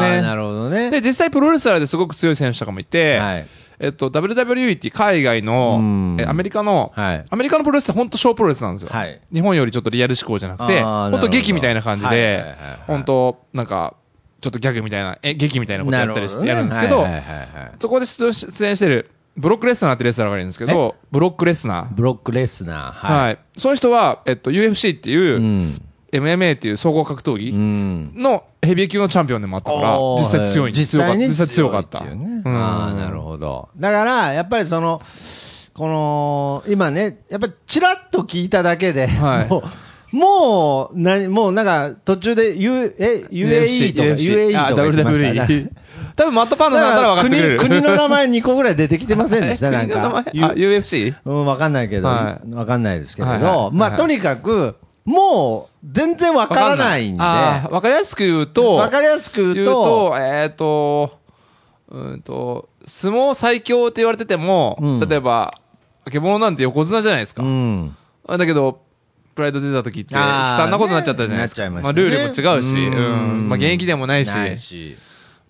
Speaker 2: なん
Speaker 1: あー
Speaker 2: ですよね。
Speaker 1: なるほどね
Speaker 2: で、実際プロレスラーですごく強い選手とかもいて、
Speaker 1: はい
Speaker 2: えっと、WWE って海外
Speaker 1: うん
Speaker 2: の、えアメリカの、
Speaker 1: はい
Speaker 2: アメリカのプロレスって本当小プロレスなんですよ。
Speaker 1: はい
Speaker 2: 日本よりちょっとリアル思考じゃなくて、
Speaker 1: あーなるほど
Speaker 2: 本当劇みたいな感じ
Speaker 1: はいはい
Speaker 2: で
Speaker 1: はいはい、
Speaker 2: 本当なんか、ちょっとギャグみたいな、え、劇みたいなことやったりしてやるんですけど、
Speaker 1: なるほねはいはいはいはい
Speaker 2: そこで出場し出演してる、ブロックレスナーってレスラーがいるんですけど、ブロックレスナー。
Speaker 1: ブロックレスナー。
Speaker 2: はい。
Speaker 1: い。
Speaker 2: その人は、えっと、UFC っていう、
Speaker 1: うん。
Speaker 2: MMA っていう総合格闘技、
Speaker 1: うん。
Speaker 2: のヘビー級のチャンピオンでもあったから、実際強いんです
Speaker 1: 実際に
Speaker 2: 実際強かっ
Speaker 1: 強
Speaker 2: た。
Speaker 1: いていうね
Speaker 2: うん
Speaker 1: ああ、なるほど。だから、やっぱりその、この、今ね、やっぱりチラッと聞いただけで、
Speaker 2: はい
Speaker 1: もう、もう、な、もうなんか、途中で、U、え、UAE とか、UAE
Speaker 2: あ
Speaker 1: とか言ってましたね。
Speaker 2: WWE。多分マットパンダさんなら
Speaker 1: だか
Speaker 2: 分からってくれ
Speaker 1: 国、
Speaker 2: る。
Speaker 1: 国の名前2個ぐらい出てきてません でした、なん
Speaker 2: 国の
Speaker 1: か
Speaker 2: 名前。あ、UFC?
Speaker 1: うん、わかんないけど、
Speaker 2: は
Speaker 1: わ
Speaker 2: い
Speaker 1: かんないですけれ
Speaker 2: はいは
Speaker 1: ど、
Speaker 2: い
Speaker 1: まあ、
Speaker 2: はい
Speaker 1: とにかく、もう、全然わからないんで、
Speaker 2: あーわかりやすく言うと、
Speaker 1: わかりやすく言
Speaker 2: 言
Speaker 1: う
Speaker 2: う
Speaker 1: と、
Speaker 2: と、えっと、うーんと、相撲最強って言われてても
Speaker 1: うん、
Speaker 2: 例えば、獣なんて横綱じゃないですか
Speaker 1: う。ん。
Speaker 2: だけど、プライド出た時って、悲
Speaker 1: あー
Speaker 2: 惨なことになっちゃったじゃないです
Speaker 1: ねなっちゃい
Speaker 2: か。
Speaker 1: ま
Speaker 2: まあ、
Speaker 1: したね
Speaker 2: ルールも違うし、
Speaker 1: うん
Speaker 2: うんまあ、現役でもないし。
Speaker 1: ないし。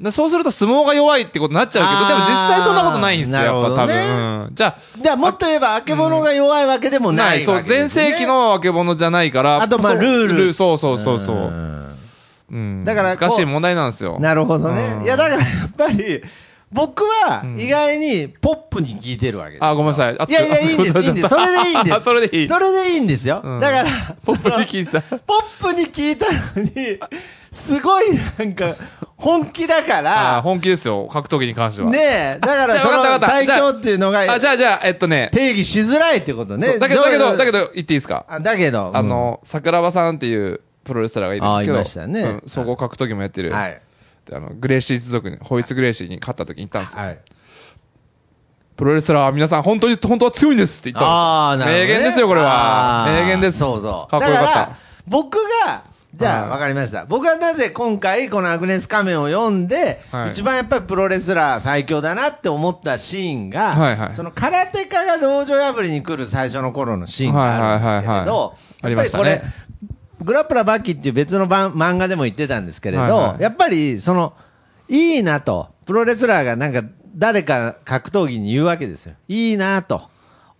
Speaker 2: でそうすると相撲が弱いってことになっちゃうけど、でも実際そんなことないんですよ、
Speaker 1: あー
Speaker 2: やっ
Speaker 1: な
Speaker 2: ぱ
Speaker 1: る
Speaker 2: 多
Speaker 1: ほどね
Speaker 2: 分。うんじゃ
Speaker 1: だからもっと言えば、あけぼのが弱いわけでも
Speaker 2: あ、
Speaker 1: ない
Speaker 2: そう
Speaker 1: わ、けで
Speaker 2: 全
Speaker 1: すね
Speaker 2: 盛期、のあけぼのじゃないから。
Speaker 1: あとまあ
Speaker 2: そう
Speaker 1: ルール
Speaker 2: そうそうそうそうう。
Speaker 1: ん
Speaker 2: うん。
Speaker 1: だからこう
Speaker 2: 難しい問題なんですよ。
Speaker 1: なるほどね。いや、だからやっぱり、僕は
Speaker 2: ん
Speaker 1: 意外にポップに聞いてるわけですよ。
Speaker 2: あごめんなさい
Speaker 1: いやいや、いいんです、い
Speaker 2: 熱く
Speaker 1: いんです。それでいいん です。
Speaker 2: それでいい
Speaker 1: それでいいんですよ。
Speaker 2: うん
Speaker 1: だから、
Speaker 2: ポップに聞いた。
Speaker 1: ポップに聞いたのに、 すごいなんか、本気だか
Speaker 2: あー
Speaker 1: ら、
Speaker 2: 本気ですよ、格闘技に関しては。
Speaker 1: ねえ、だから
Speaker 2: じゃあ
Speaker 1: そ
Speaker 2: わかったわ
Speaker 1: の
Speaker 2: かっ
Speaker 1: 最
Speaker 2: た
Speaker 1: 強っていうのが
Speaker 2: あ、じゃあじゃあ、えっとね。
Speaker 1: 定義しづらいってこと
Speaker 2: そ
Speaker 1: ね。
Speaker 2: うだけど、だけど、だけ
Speaker 1: ど、
Speaker 2: ど、言っていいですか
Speaker 1: あだけど、
Speaker 2: あの、桜庭さんっていうプロレスラーがいるんですけ
Speaker 1: あ
Speaker 2: ど。
Speaker 1: ーいましたね
Speaker 2: うん総合格闘技もやって
Speaker 1: うん、
Speaker 2: る。
Speaker 1: はい。
Speaker 2: であの、グレーシー一族に、ホイスグレーシーに勝った時に行ったんですよ。
Speaker 1: はい。
Speaker 2: プロレスラーは皆さん本当に、本当は強いんですって言った
Speaker 1: ああ、
Speaker 2: んです
Speaker 1: なるほ
Speaker 2: よ。
Speaker 1: ど、ね。
Speaker 2: 名言ですよ、これは。
Speaker 1: あー
Speaker 2: 名言です。
Speaker 1: そうそう。
Speaker 2: かっこよ
Speaker 1: だ
Speaker 2: かっ
Speaker 1: ら
Speaker 2: た。
Speaker 1: 僕が、じゃ
Speaker 2: は
Speaker 1: あ、
Speaker 2: い
Speaker 1: わかりました。僕はなぜ今回、このアグネス仮面を読んで、
Speaker 2: はい
Speaker 1: 一番やっぱりプロレスラー最強だなって思ったシーンが、
Speaker 2: はいはい
Speaker 1: その空手家が道場破りに来る最初の頃のシーンがあるんですけれど、
Speaker 2: はいはいはいはい
Speaker 1: やっぱりこれ
Speaker 2: ありましたね
Speaker 1: グラップラバッキーっていう別の番漫画でも言ってたんですけれど、
Speaker 2: はいはい
Speaker 1: やっぱり、その、いいなと、プロレスラーがなんか、誰か格闘技に言うわけですよ。いいなと。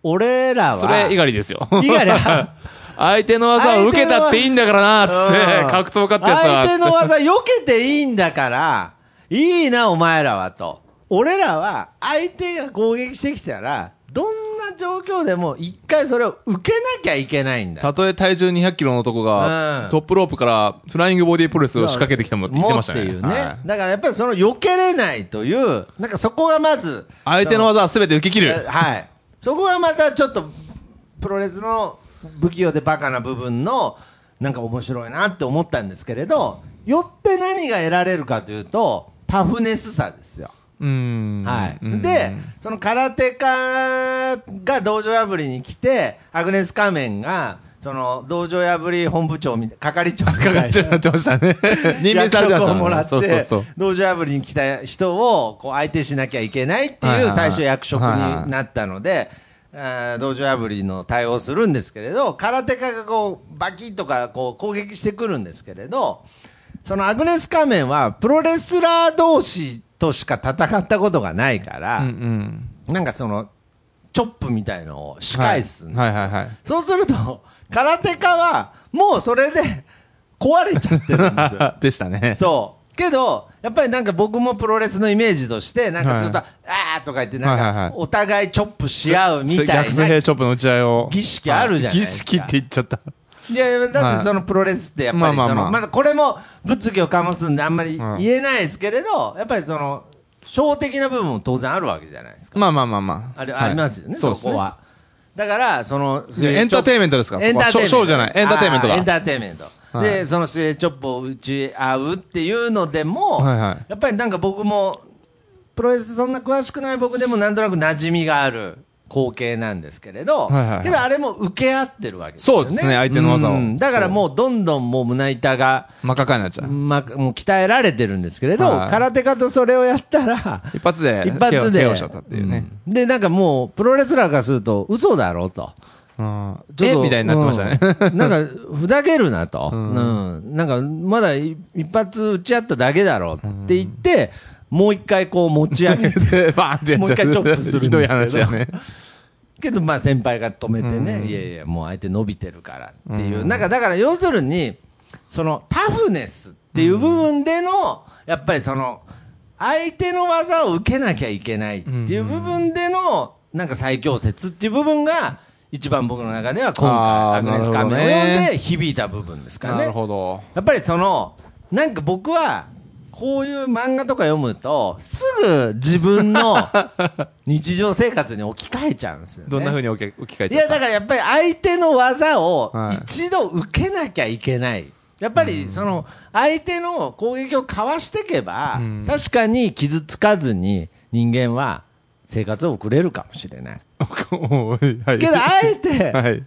Speaker 1: 俺らは、
Speaker 2: それ、猪狩ですよ。
Speaker 1: 猪狩は
Speaker 2: 相手の技を受けたっていいんだからな、つっ
Speaker 1: うん
Speaker 2: て、格闘家ってやつは。
Speaker 1: 相手の技避けていいんだから、いいな、お前らはと。俺らは、相手が攻撃してきたら、どんな状況でも一回それを受けなきゃいけないんだ。
Speaker 2: たとえ体重200キロの男が、
Speaker 1: うん
Speaker 2: トップロープからフライングボディープレスを仕掛けてきたもって言ってましたね。
Speaker 1: もっていうね、
Speaker 2: はい
Speaker 1: だからやっぱりその避けれないという、なんかそこがまず、
Speaker 2: 相手の技は全て受け切
Speaker 1: え
Speaker 2: る。
Speaker 1: はい。そこがまたちょっと、プロレスの不器用でバカな部分の、なんか面白いなって思ったんですけれど、よって何が得られるかというと、タフネスさですよ。
Speaker 2: うーん。
Speaker 1: はい、
Speaker 2: うん
Speaker 1: で、その空手家が道場破りに来て、アグネス仮面が、その道場破り本部長みたい、係長みたい
Speaker 2: かか
Speaker 1: な
Speaker 2: っちゃうようになってましたね。任命されて
Speaker 1: 役
Speaker 2: まし
Speaker 1: 職
Speaker 2: た
Speaker 1: をもらって、
Speaker 2: そうそうそう。
Speaker 1: 道場破りに来た人をこう相手しなきゃいけないって
Speaker 2: は
Speaker 1: い
Speaker 2: いはいうはい
Speaker 1: 最初役職になったので、あー道場破りの対応をするんですけれど、空手家がこうバキッとかこう攻撃してくるんですけれど、そのアグネス仮面はプロレスラー同士としか戦ったことがないから、
Speaker 2: うんうん。
Speaker 1: なんかその、チョップみたいのを仕返すんですよ
Speaker 2: はいはいはいはい。
Speaker 1: そうすると、空手家はもうそれで壊れちゃってるんですよ。
Speaker 2: でしたね。
Speaker 1: そう。けど、やっぱりなんか僕もプロレスのイメージとして、なんかずっと、
Speaker 2: は
Speaker 1: あーとか言って、なん
Speaker 2: はいはいは
Speaker 1: か
Speaker 2: い、
Speaker 1: お互いチョップし合うみたいな。
Speaker 2: 逆水平チョップの打ち合いを。
Speaker 1: 儀式あるじゃないで
Speaker 2: 儀
Speaker 1: すか
Speaker 2: 式って言っちゃった。
Speaker 1: いやいや、だってそのプロレスってやっぱりその、
Speaker 2: ま
Speaker 1: ま
Speaker 2: あまあまあ
Speaker 1: だこれも物議を醸すんであんまり
Speaker 2: うん
Speaker 1: 言えないですけれど、やっぱりその、小的な部分も当然あるわけじゃないですか。
Speaker 2: まあまあまあまあ。
Speaker 1: あれ、
Speaker 2: はい
Speaker 1: ありますよね、
Speaker 2: そ
Speaker 1: そ
Speaker 2: うですね
Speaker 1: こ。は。だから、その、
Speaker 2: いやエンターテインメントですから
Speaker 1: エンターテインメント。
Speaker 2: ショーじゃないエンターテインメントだ
Speaker 1: あエンターテインメント。
Speaker 2: はい
Speaker 1: で、そのスエチョップを打ち合うっていうのでも、
Speaker 2: はいはい
Speaker 1: やっぱりなんか僕も、プロレスそんな詳しくない僕でもなんとなく馴染みがある光景なんですけれど、
Speaker 2: はいはい
Speaker 1: けどあれも受け合ってるわけですよね。
Speaker 2: そうですね相手の技を
Speaker 1: うんだからもうどんどんもう胸板が、
Speaker 2: 真っ赤っかになっちゃう。
Speaker 1: ま、もう鍛えられてるんですけれど、
Speaker 2: はい
Speaker 1: 空手家とそれをやったら、
Speaker 2: 一発で、
Speaker 1: 一発で
Speaker 2: KO しちゃったっていうね。
Speaker 1: で、なんかもう、プロレスラーからすると、嘘だろと。
Speaker 2: うん。
Speaker 1: ちょっ
Speaker 2: え
Speaker 1: と
Speaker 2: みたいになってましたね。
Speaker 1: うんなんか、ふざけるなと。うん。なんか、まだい一発撃ち合っただけだろって言って、もう一回こう持ち上げて。
Speaker 2: で、バーンってやっちゃう。
Speaker 1: もう一回チョップするんですけど
Speaker 2: ひどい話だね。
Speaker 1: けど、まあ先輩が止めてね、いやいや、もう相手伸びてるからっていう。なんか、だから要するに、そのタフネスっていう部分での、やっぱりその、相手の技を受けなきゃいけないっていう部分での、なんか最強説っていう部分が、一番僕の中では今
Speaker 2: あー
Speaker 1: 回、アグネスカメを
Speaker 2: なるほど
Speaker 1: 読ん
Speaker 2: ね
Speaker 1: で響いた部分ですか
Speaker 2: な
Speaker 1: ね
Speaker 2: る。ほど。
Speaker 1: やっぱりその、なんか僕は、こういう漫画とか読むと、すぐ自分 の日常生活に置き換えちゃうんですよ、ね。
Speaker 2: どんな風に置き置き換え
Speaker 1: い
Speaker 2: ちゃ
Speaker 1: や、
Speaker 2: った
Speaker 1: だからやっぱり相手の技を
Speaker 2: はい
Speaker 1: 一度受けなきゃいけない。やっぱりその相手の攻撃をかわしていけば
Speaker 2: ん、
Speaker 1: 確かに傷つかずに人間は生活を送れるかもしれない。
Speaker 2: おいはい
Speaker 1: けど、あえ
Speaker 2: は
Speaker 1: て
Speaker 2: い。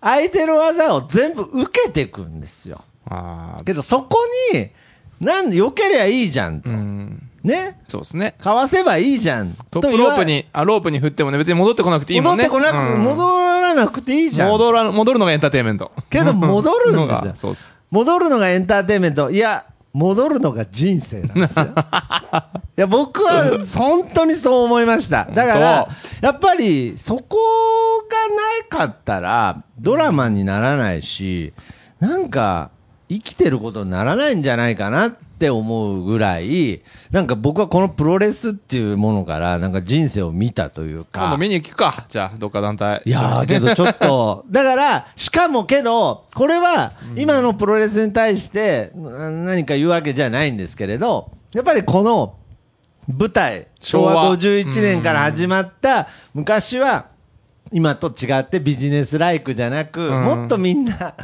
Speaker 1: 相手の技を全部受けていくんですよ。
Speaker 2: ああ。
Speaker 1: けどそこに、なんで、避けりゃいいじゃんと。
Speaker 2: うん。
Speaker 1: ね
Speaker 2: そうですね。
Speaker 1: かわせばいいじゃん。
Speaker 2: トップロープ
Speaker 1: と
Speaker 2: に、あ、ロープに振ってもね、別に戻ってこなくていい
Speaker 1: 言
Speaker 2: も
Speaker 1: わ。戻っ
Speaker 2: んね。
Speaker 1: てこなく、
Speaker 2: うん
Speaker 1: 戻らなくていいじゃん。
Speaker 2: 戻ら、戻るのがエンターテインメント。
Speaker 1: けど戻るんですよ
Speaker 2: のがそうです。
Speaker 1: 戻るのがエンターテインメント。いや、戻るのが人生なんですよ。いや、僕は本当にそう思いました。だから
Speaker 2: 本、
Speaker 1: やっぱりそこがなかったらドラマにならないし、なんか生きてることにならないんじゃないかなって思うぐらい、なんか僕はこのプロレスっていうものからなんか人生を見たというか。
Speaker 2: 今度見に行くか。じゃあ、どっか団体。
Speaker 1: いやー、けどちょっと、 だから、しかもけど、これは、今のプロレスに対して、な何か言うわけじゃないんですけれど、やっぱりこの、舞台、昭
Speaker 2: 昭和
Speaker 1: 和51年から始まった、昔は、今と違ってビジネスライクじゃなく、
Speaker 2: ん
Speaker 1: もっとみんな、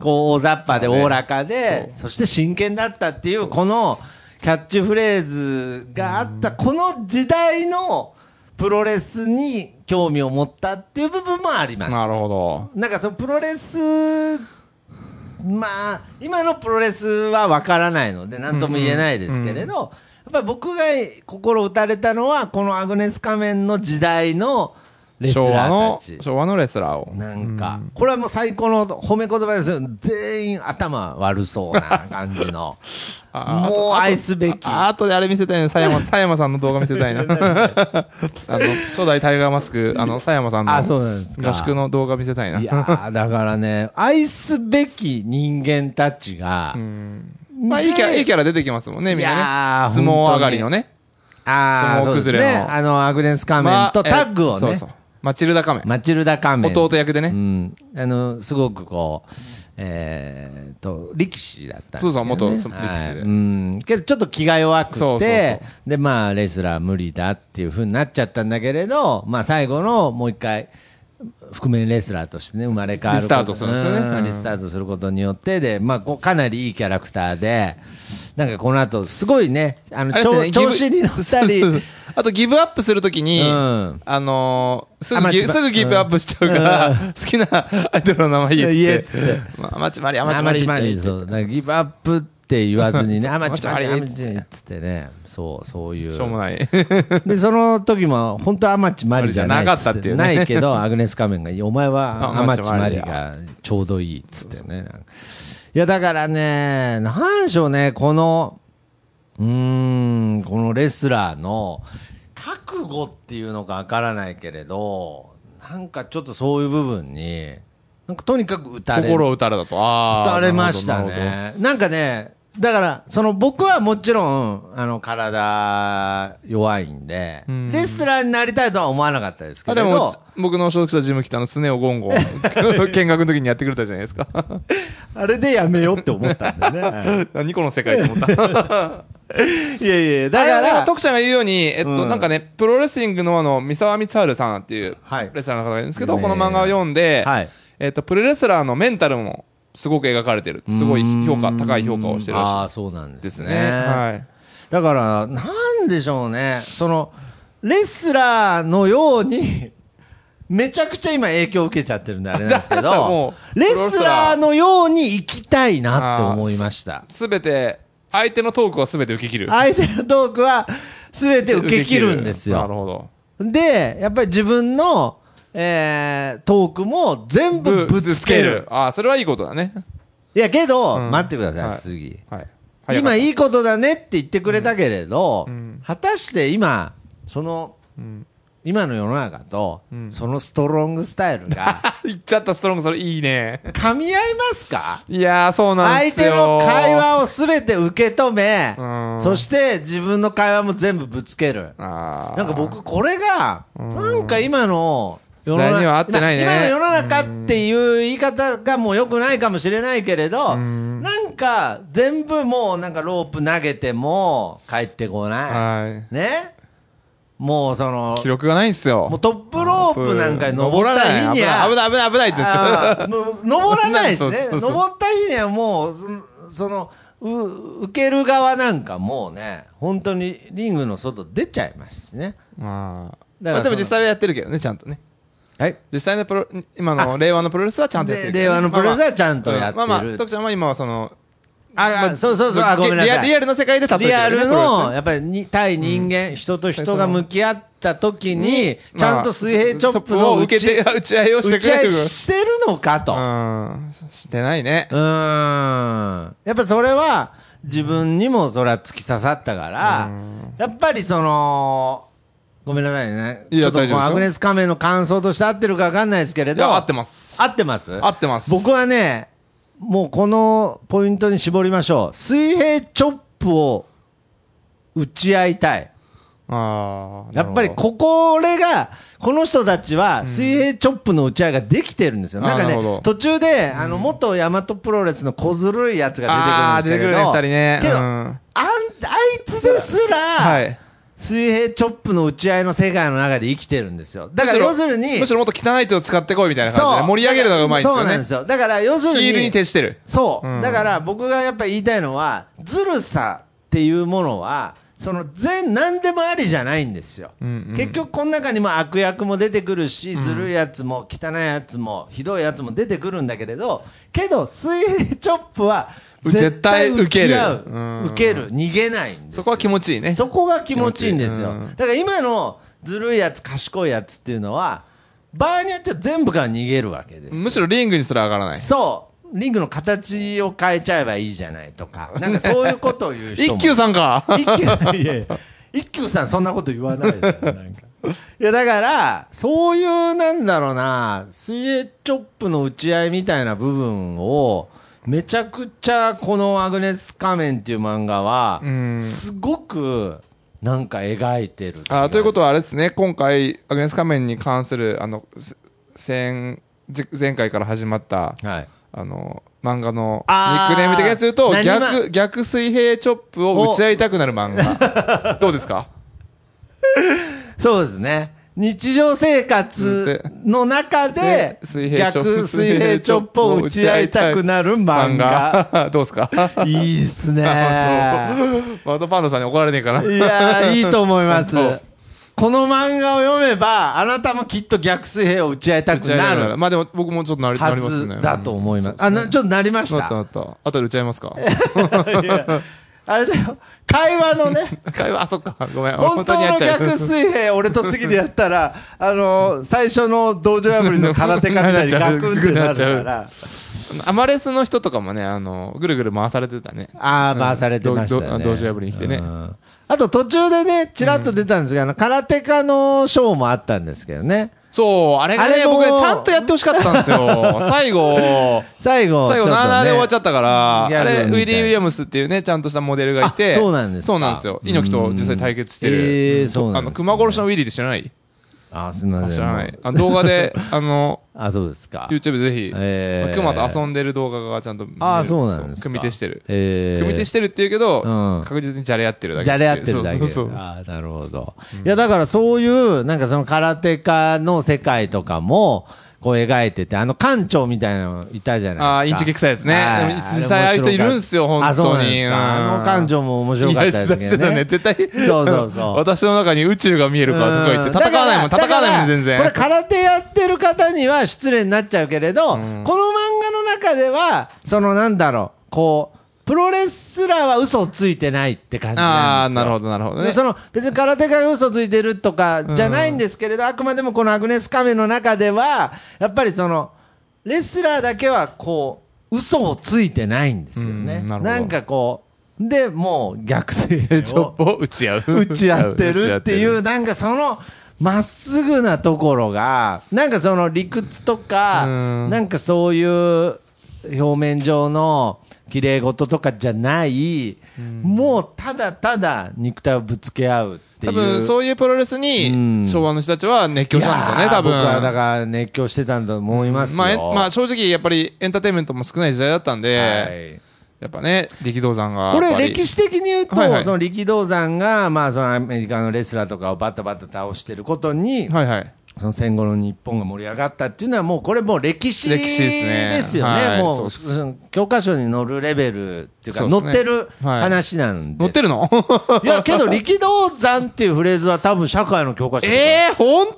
Speaker 1: こう、大雑把で
Speaker 2: そうね
Speaker 1: おおらかで、そして真剣だったっていう、このキャッチフレーズがあった、この時代のプロレスに興味を持ったっていう部分もあります。
Speaker 2: なるほど。
Speaker 1: なんかそのプロレス、まあ、今のプロレスはわからないので、なんとも言えないですけれど、やっぱり僕が心打たれたのは、このアグネス仮面の時代のレス
Speaker 2: 昭和
Speaker 1: ラー
Speaker 2: の
Speaker 1: たち、。
Speaker 2: 昭和のレスラーを。
Speaker 1: なんか、これはもう最高の褒め言葉ですよ。全員頭悪そうな感じの。
Speaker 2: あ
Speaker 1: もう愛すべき。
Speaker 2: ああとであれ見せ たいね。佐山、佐山さんの動画見せた いな。あの、初代タイガーマスク、あの、佐山さんの
Speaker 1: あ、そうなんですか。
Speaker 2: 合宿の動画見せたいな。
Speaker 1: いやーだからね、愛すべき人間たちが、
Speaker 2: まあ、いいキャラ、いいキャラ出てきますもんね、みん
Speaker 1: いや
Speaker 2: な
Speaker 1: ー
Speaker 2: ね。相撲上がりのね。
Speaker 1: ああ、
Speaker 2: 相撲崩れ
Speaker 1: そ
Speaker 2: の
Speaker 1: うですね、あの、アグネス仮面と
Speaker 2: まあ
Speaker 1: タッグをね、
Speaker 2: えそうそう。マチルダ仮面。
Speaker 1: マチルダ仮面。
Speaker 2: 弟役で
Speaker 1: う
Speaker 2: ね。
Speaker 1: ん。あの、すごくこう、えー、と、力士だったんですよ、ね。
Speaker 2: そうそう元
Speaker 1: はい
Speaker 2: 力士で
Speaker 1: うん。けど、ちょっと気が弱くて、
Speaker 2: そうそうそう
Speaker 1: で、まあ、レスラー無理だっていうふうになっちゃったんだけれど、まあ、最後の、もう一回、覆面レスラーとしてね、生まれ変わること。
Speaker 2: リスタートするんですよね
Speaker 1: う
Speaker 2: うん
Speaker 1: リスタートすることによって、で、まあ、こうかなりいいキャラクターで、なんかこの後、すごいね、あの、
Speaker 2: あれです
Speaker 1: 調
Speaker 2: ね
Speaker 1: 調子に乗ったり、
Speaker 2: そうそうあと、ギブアップするときに、
Speaker 1: うん
Speaker 2: あのーす
Speaker 1: あ
Speaker 2: ぐ
Speaker 1: ま
Speaker 2: ギ
Speaker 1: ち
Speaker 2: ブ、
Speaker 1: ます
Speaker 2: ぐギブアップしちゃうから、好きな アイドルの名前言え
Speaker 1: 言えっ
Speaker 2: っ
Speaker 1: つ
Speaker 2: つ
Speaker 1: っ
Speaker 2: ってて。まあ、まちまり、あまち
Speaker 1: ア
Speaker 2: ま
Speaker 1: マ
Speaker 2: り
Speaker 1: チ
Speaker 2: 言っ
Speaker 1: マ
Speaker 2: ちゃう。
Speaker 1: リそうだからギブアップって言わずにねアマチマリ
Speaker 2: ア
Speaker 1: ア
Speaker 2: マ
Speaker 1: マ
Speaker 2: チ
Speaker 1: チマリっつってねそうそういう
Speaker 2: しょうもない。
Speaker 1: でその時も本当アマチマリじゃない
Speaker 2: じゃなかったっていうね
Speaker 1: ないけどアグネス仮面が「お前は
Speaker 2: あ
Speaker 1: アマチマ
Speaker 2: アマ
Speaker 1: リ
Speaker 2: チマリ
Speaker 1: がちょうどいい」っつってねいやだからねなんでしょうねこのうーんこのレスラーの覚悟っていうのかわからないけれどなんかちょっとそういう部分になんかとにかく打たれる
Speaker 2: 心を打たれたと。ああ。
Speaker 1: 打たれました
Speaker 2: なるほど。なる
Speaker 1: ね。なんかね、だから、その僕はもちろん、あの、体弱いんで、
Speaker 2: ん
Speaker 1: レスラーになりたいとは思わなかったです
Speaker 2: ほ
Speaker 1: け
Speaker 2: どあ、で
Speaker 1: れ
Speaker 2: も
Speaker 1: ど、、
Speaker 2: 僕の所属したジム来たの、スネオゴン ゴン。見学の時にやってくれたじゃないですか。
Speaker 1: あれでやめようって思ったんだよ ね。
Speaker 2: 何この世界と思 った。
Speaker 1: いやいや、だ
Speaker 2: だか、
Speaker 1: からら、
Speaker 2: 徳ちゃんが言うように、えっと、
Speaker 1: うん
Speaker 2: なんかね、プロレスリングのあの、三沢光晴さんっていう、
Speaker 1: はい
Speaker 2: レスラーの方がいるんですけど、
Speaker 1: ね
Speaker 2: この漫画を読んで、
Speaker 1: はい
Speaker 2: えっと、プロレスラーのメンタルも、すごく描かれてる。すごい評価、高い評価をしてる
Speaker 1: あ
Speaker 2: ら
Speaker 1: あ、そうなん
Speaker 2: しい
Speaker 1: で
Speaker 2: ですす
Speaker 1: ね。
Speaker 2: ね。はい。
Speaker 1: だから、なんでしょうね。その、レスラーのように、めちゃくちゃ今影響を受けちゃってるんであれなんですけ
Speaker 2: だからも
Speaker 1: ど、
Speaker 2: う
Speaker 1: レスラーのように生きたいなって思いました。
Speaker 2: すべて、相手のトークはすべて受け切 る。
Speaker 1: 相手のトークは全て受け切るんです
Speaker 2: なる
Speaker 1: よ。
Speaker 2: ほど。
Speaker 1: で、やっぱり自分の、えー、トークも全部ぶつける。。
Speaker 2: ああ、それはいいことだね。
Speaker 1: いや、けど、
Speaker 2: うん
Speaker 1: 待ってください、
Speaker 2: はい
Speaker 1: 杉。
Speaker 2: はい。
Speaker 1: 今
Speaker 2: い。
Speaker 1: いいことだねって言ってくれたけれど、
Speaker 2: うんうん
Speaker 1: 果たして今、その、
Speaker 2: うん
Speaker 1: 今の世の中と、
Speaker 2: うん
Speaker 1: そのストロングスタイル が、
Speaker 2: あ 言っちゃったストロング、それいいね。
Speaker 1: 噛み合いますか
Speaker 2: いやー、そうなんで
Speaker 1: 相
Speaker 2: すよ
Speaker 1: 手。の会話を全て受け止め、
Speaker 2: うん
Speaker 1: そして自分の会話も全部ぶつける。
Speaker 2: ああ。
Speaker 1: なんか僕これが、なんか今の世の
Speaker 2: 時代には合ってないね
Speaker 1: 今今の世の中っていう言い方がもう良くないかもしれないけれど、なんか全部もうなんかロープ投げても帰ってこな。
Speaker 2: はい
Speaker 1: ねもうその
Speaker 2: い。記、録がないんですよ。
Speaker 1: もうトップロープなんかに登った日には、
Speaker 2: 登らない危ない危ない危ないって言っちゃう。
Speaker 1: あーもう登らないし
Speaker 2: そう
Speaker 1: ね
Speaker 2: そうそう
Speaker 1: 登った日にはもうそのそのう受ける側なんかもうね本当にリングの外出ちゃいますしねだ
Speaker 2: まあ。
Speaker 1: から
Speaker 2: まあ
Speaker 1: そ
Speaker 2: でも
Speaker 1: の
Speaker 2: 実際はやってるけどね、ちゃんとね。
Speaker 1: はい
Speaker 2: 実際のプロ、今の令和のプロレスはちゃんとやってるけど
Speaker 1: で
Speaker 2: ね。
Speaker 1: 令和のプロレスは
Speaker 2: まあまあ
Speaker 1: ちゃんとやってる
Speaker 2: まあまあ、徳ちゃんは今はその、
Speaker 1: あ、あ、そうそうそうあごめんな
Speaker 2: リ
Speaker 1: さ
Speaker 2: ア
Speaker 1: い
Speaker 2: リアルの世界で例えてる
Speaker 1: リア
Speaker 2: よね
Speaker 1: ル
Speaker 2: プロレス
Speaker 1: の
Speaker 2: ね
Speaker 1: やっぱりに対人間、人と人が向き合った時に
Speaker 2: うん
Speaker 1: ちゃんと水平チョップの
Speaker 2: を受
Speaker 1: 打
Speaker 2: け
Speaker 1: ち
Speaker 2: て、打ち合いをして
Speaker 1: 打
Speaker 2: く
Speaker 1: ち合
Speaker 2: れ
Speaker 1: い
Speaker 2: る。
Speaker 1: してるのかと
Speaker 2: うん。してないね
Speaker 1: う。ーん。やっぱそれは、自分にもそれは突き刺さったから、やっぱりその、ごめんなさいね。
Speaker 2: い
Speaker 1: ち
Speaker 2: や
Speaker 1: ょっ
Speaker 2: 大
Speaker 1: とこ
Speaker 2: 丈夫です
Speaker 1: の
Speaker 2: よ
Speaker 1: アグネス仮面の感想として合ってるか分かんないですけれ
Speaker 2: い
Speaker 1: ど。
Speaker 2: や、合ってます。
Speaker 1: 合ってます。
Speaker 2: 合ってます。
Speaker 1: 僕はね、もうこのポイントに絞りましょう。水平チョップを打ち合いたい。
Speaker 2: ああ。
Speaker 1: やっぱり
Speaker 2: なるほど
Speaker 1: ここれが、この人たちは水平チョップの打ち合いができてるんですよ。
Speaker 2: あー
Speaker 1: なんか
Speaker 2: なるほ
Speaker 1: ね
Speaker 2: ど、
Speaker 1: 途中で、あの、元大和プロレスの小ずるいやつ
Speaker 2: あ
Speaker 1: が
Speaker 2: あ、
Speaker 1: 出
Speaker 2: 出
Speaker 1: て
Speaker 2: て
Speaker 1: くる
Speaker 2: く
Speaker 1: ん
Speaker 2: る
Speaker 1: ですけれ
Speaker 2: ね、
Speaker 1: ど、
Speaker 2: 二
Speaker 1: け
Speaker 2: 人ね。
Speaker 1: ど、
Speaker 2: う
Speaker 1: あん
Speaker 2: ん。
Speaker 1: あいつですら、
Speaker 2: はい。
Speaker 1: 水平チョップの打ち合いの世界の中で生きてるんですよ。だから要するに、
Speaker 2: むしろもっと汚い手を使ってこいみたいな感じ
Speaker 1: そ
Speaker 2: で
Speaker 1: う。
Speaker 2: 盛り上げるのがうまいんです
Speaker 1: そう
Speaker 2: よ
Speaker 1: なん
Speaker 2: ね
Speaker 1: で。すよ。だから要する
Speaker 2: ヒールに徹してる。
Speaker 1: そう、
Speaker 2: うん
Speaker 1: だから僕がやっぱり言いたいのはずるさっていうものはその全何でもありじゃないんですよ、
Speaker 2: んうん
Speaker 1: 結局この中にも悪役も出てくるし、ずるいやつも汚いやつもひどいやつも出てくるんだけれどけど水平チョップは
Speaker 2: 絶対
Speaker 1: 絶対打ち合う
Speaker 2: 受けるうん
Speaker 1: 受ける逃げないんです
Speaker 2: そ
Speaker 1: よ
Speaker 2: こは気持ちいいね。
Speaker 1: そこが気持ちいいんですよ
Speaker 2: 気持ちいいうん
Speaker 1: だから今のずるいやつ賢いやつっていうのは場合によっては全部から逃げるわけですよ
Speaker 2: むしろリングにすら上がらない。
Speaker 1: そうリングの形を変えちゃえばいいじゃないと かなんかそういうことを言う人
Speaker 2: 一
Speaker 1: も
Speaker 2: 休さんか
Speaker 1: 一休いやいや一休さんそんなこと言わないですよなんかいやだからそういうなんだろうな水泳チョップの打ち合いみたいな部分をめちゃくちゃこの「アグネス仮面」っていう漫画は
Speaker 2: うん
Speaker 1: すごくなんか描いてる
Speaker 2: あということ
Speaker 1: は
Speaker 2: はあれですね、今回、アグネス仮面に関する、あの、せ先、じ前回から始まった、
Speaker 1: はい
Speaker 2: あの、漫画のニ
Speaker 1: あー
Speaker 2: ックネーム的なやつ言うと、
Speaker 1: 何漫
Speaker 2: 逆、逆水平チョップを打ち合いたくなる 漫画。どうですか
Speaker 1: そうですね。日常生活の中で
Speaker 2: ね、水平チョップ
Speaker 1: 逆水平チョップを打ち合いたくなる漫画。。
Speaker 2: どうですか
Speaker 1: いいっす ね。い
Speaker 2: あ
Speaker 1: や
Speaker 2: マドファンドさんに怒られねえかな。
Speaker 1: ー、いいと思います
Speaker 2: 本。
Speaker 1: この漫画を読めば、あなたもきっと逆水平を打ち合いた
Speaker 2: 打
Speaker 1: く
Speaker 2: ち合い
Speaker 1: な
Speaker 2: たくなる。
Speaker 1: る
Speaker 2: まあでも僕もちょっとなりな
Speaker 1: は
Speaker 2: ります
Speaker 1: ず
Speaker 2: ね。
Speaker 1: だと思います。あ、
Speaker 2: な
Speaker 1: なちょっとなりまし
Speaker 2: なったな
Speaker 1: た。
Speaker 2: った。後で打ち合います か
Speaker 1: いやあれだよ。会話のね、
Speaker 2: 会話、あ、そっか。ごめん。
Speaker 1: 本当の逆水平、俺と杉でやったら、あの、最初の道場破りの空手家みたいにガクン ってなるから。
Speaker 2: アマレスの人とかもね、あの、ぐるぐる回されてたね。
Speaker 1: ああ、回されてました
Speaker 2: うん
Speaker 1: ね。
Speaker 2: どど道場破りに来てね
Speaker 1: うんあと途中でね、ちらっと出たんですが、あの空手家のショーもあったんですけどね。
Speaker 2: そう、あれが
Speaker 1: あ
Speaker 2: ね、
Speaker 1: れも
Speaker 2: 僕ねちゃんとやってほしかったん ですよ。最後、
Speaker 1: 最後、
Speaker 2: 最後、
Speaker 1: ちょっとね
Speaker 2: 7で終わっちゃったから、あ
Speaker 1: ギャルみたい
Speaker 2: れ、ウィリー・ウィリアムスっていうね、ちゃんとしたモデルがいて、
Speaker 1: あそうなんですか
Speaker 2: そうなんですよ。猪木と実際対決してる。
Speaker 1: うんえーそうなんですね
Speaker 2: あの、熊殺しのウィリーって知らない
Speaker 1: あー、すみません。
Speaker 2: 知らない。あの動画で、あの、
Speaker 1: あ、そうですか。
Speaker 2: YouTube でぜひ、
Speaker 1: えー
Speaker 2: 熊と遊んでる動画がちゃんと見れる
Speaker 1: ああ、そうなんです
Speaker 2: そ
Speaker 1: か。
Speaker 2: う組手してる。
Speaker 1: えー
Speaker 2: 組手してるって言うけど、
Speaker 1: うん
Speaker 2: 確実にじゃれ合ってるだけ。
Speaker 1: じゃれ合ってるだけ
Speaker 2: そう
Speaker 1: で。
Speaker 2: そうそう
Speaker 1: ああ、なるほど。いや、だからそういう、なんかその空手家の世界とかも、こう描いてて、あの館長みたいなのいたじゃないですか。
Speaker 2: あーインチキ臭いやつね
Speaker 1: は
Speaker 2: でも実際ああいう人いるんすよ本当に
Speaker 1: あ、そうなんです
Speaker 2: うん
Speaker 1: か。あの館長も面白かったです
Speaker 2: いやして
Speaker 1: けど
Speaker 2: た
Speaker 1: ね。
Speaker 2: ね。絶対。
Speaker 1: そうそうそう
Speaker 2: 私の中に宇宙が見えるかとか言って、
Speaker 1: うん
Speaker 2: 戦わないもん、
Speaker 1: だから
Speaker 2: 戦わないもん、全
Speaker 1: だ
Speaker 2: 然。
Speaker 1: からこれ空手やってる方には失礼になっちゃうけれど、この漫画の中では、そのなんだろう、こう、プロレスラーは嘘をついてないって感じ
Speaker 2: あ
Speaker 1: な
Speaker 2: あ、
Speaker 1: んですよ。
Speaker 2: なるほど、なるほど
Speaker 1: で
Speaker 2: ね。
Speaker 1: その別に空手家が嘘ついてるとかじゃないんですけれど、あくまでもこのアグネス・カメの中ではやっぱりそのレスラーだけはこう嘘をついてないんですよね。
Speaker 2: うんな
Speaker 1: な
Speaker 2: るほど
Speaker 1: んかこうでもう逆水
Speaker 2: で
Speaker 1: 平
Speaker 2: チョップを打ち合う。
Speaker 1: 打ち合ってるってい
Speaker 2: 打ち合
Speaker 1: うなんかそのまっすぐなところがなんかその理屈とか
Speaker 2: うん
Speaker 1: なんかそういう表面上の綺麗事とかじゃないもうただただ肉体をぶつけ合うってい
Speaker 2: 多
Speaker 1: う
Speaker 2: 分、そういうプロレス
Speaker 1: うん
Speaker 2: に、昭和の人たちは熱狂したんですよ
Speaker 1: い
Speaker 2: ね、
Speaker 1: やー
Speaker 2: 多分。
Speaker 1: 僕はだから熱狂してたんだと思いますよ
Speaker 2: まあえ、まあ、正直、やっぱりエンターテインメントも少ない時代だったんで、
Speaker 1: はい
Speaker 2: やっぱね、力道山が。
Speaker 1: こ
Speaker 2: やっ
Speaker 1: れ
Speaker 2: ぱり
Speaker 1: 歴史的に言うと、
Speaker 2: はいはい
Speaker 1: その力道山が、まあ、そのアメリカのレスラーとかをバタバタ倒してることに、
Speaker 2: はいはい。
Speaker 1: その戦後の日本が盛り上がったっていうのはもうこれもう歴史
Speaker 2: 歴史ですね
Speaker 1: ですよね。
Speaker 2: はい
Speaker 1: も
Speaker 2: そう
Speaker 1: う
Speaker 2: です
Speaker 1: その教科書に載るレベルっていうか
Speaker 2: そうですね
Speaker 1: 載ってる
Speaker 2: はい
Speaker 1: 話なんで
Speaker 2: 乗
Speaker 1: す。
Speaker 2: ってる の
Speaker 1: いやけど力道山っていうフレーズは多分社会の教科書とか
Speaker 2: ええ、本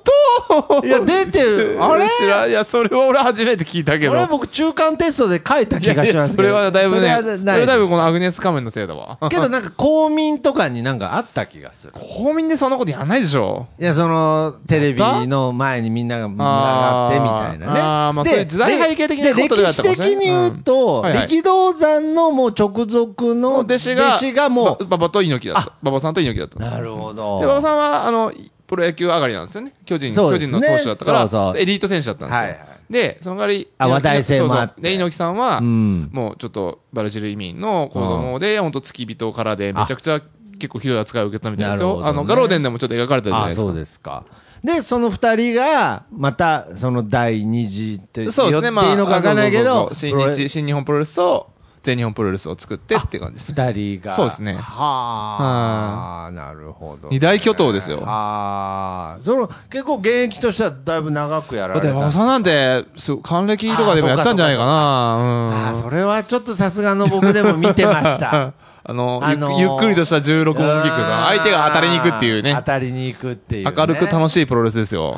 Speaker 2: 当
Speaker 1: いや出てる。あれ
Speaker 2: 知らんいや、それは俺初めて聞いたけ
Speaker 1: これ
Speaker 2: ど。
Speaker 1: 僕中間テストで書いた
Speaker 2: い
Speaker 1: 気
Speaker 2: や
Speaker 1: が
Speaker 2: い
Speaker 1: し
Speaker 2: や
Speaker 1: ます
Speaker 2: そ
Speaker 1: けど。
Speaker 2: れはだいぶね、
Speaker 1: そ
Speaker 2: そ
Speaker 1: れは
Speaker 2: れ
Speaker 1: ない
Speaker 2: だいぶこのアグネス仮面のせいだわ。
Speaker 1: けどなんか公民とかになんかあった気がする。
Speaker 2: 公民でそんなことやんないでしょ。
Speaker 1: いや、その、テレビの前にみんなが群がってみたいなね。
Speaker 2: あーあーまあ
Speaker 1: で
Speaker 2: そういう時代背景的な
Speaker 1: で
Speaker 2: ことだったかもしれない
Speaker 1: 歴史的に言うと、
Speaker 2: うんはいはい
Speaker 1: 力道山のもう直属の
Speaker 2: 弟
Speaker 1: 弟
Speaker 2: 子
Speaker 1: 子
Speaker 2: が、
Speaker 1: がも
Speaker 2: ば、ばばと猪木だった。ばばさんと猪木だったん
Speaker 1: う、
Speaker 2: です
Speaker 1: な
Speaker 2: よ。
Speaker 1: るほ
Speaker 2: で、馬場
Speaker 1: ど。
Speaker 2: さんは、あの、プロ野球上がりなんですよね。巨人、
Speaker 1: そ
Speaker 2: 巨
Speaker 1: うです
Speaker 2: 人
Speaker 1: ね
Speaker 2: の投手だったから、
Speaker 1: そうそう
Speaker 2: エリート選手だったんですよ。
Speaker 1: はいはい
Speaker 2: で、その代わり、
Speaker 1: あ話題性もあって
Speaker 2: そうそうで、猪木さんは、
Speaker 1: うん
Speaker 2: もうちょっとバルジル移民の子供で、本当付き人からで、めちゃくちゃ結構ひどい扱いを受けたみたいですよ。
Speaker 1: なるほどね
Speaker 2: あの、ガローデンでもちょっと描かれたじゃない
Speaker 1: あ、
Speaker 2: です
Speaker 1: そ
Speaker 2: か
Speaker 1: う。ですか。で、その二人が、また、その第二次って言って
Speaker 2: そうですね、まあ、
Speaker 1: いいのかわかんないけど、
Speaker 2: そうそうそう新日、新日本プロレスと、全日本プロレスを作ってって感じですね。
Speaker 1: 二人が。
Speaker 2: そうですね
Speaker 1: はあ、なるほど。
Speaker 2: 二大巨頭ですよ
Speaker 1: ああ、その、結構現役としてはだいぶ長くやら
Speaker 2: だ
Speaker 1: れ
Speaker 2: ったて、
Speaker 1: んですね
Speaker 2: 馬場さんなんて、そう、還暦とかでもやったんじゃないか
Speaker 1: あ
Speaker 2: な。
Speaker 1: あ
Speaker 2: うん
Speaker 1: それはちょっとさすがの僕でも見てま した。
Speaker 2: あの、
Speaker 1: あのー
Speaker 2: ゆっゆっくりとした16音キックさん、相手が当たりに行くっていう
Speaker 1: 当
Speaker 2: ね、
Speaker 1: たりに行くっていう、ね。
Speaker 2: 明るく楽しいプロレスですよ。
Speaker 1: は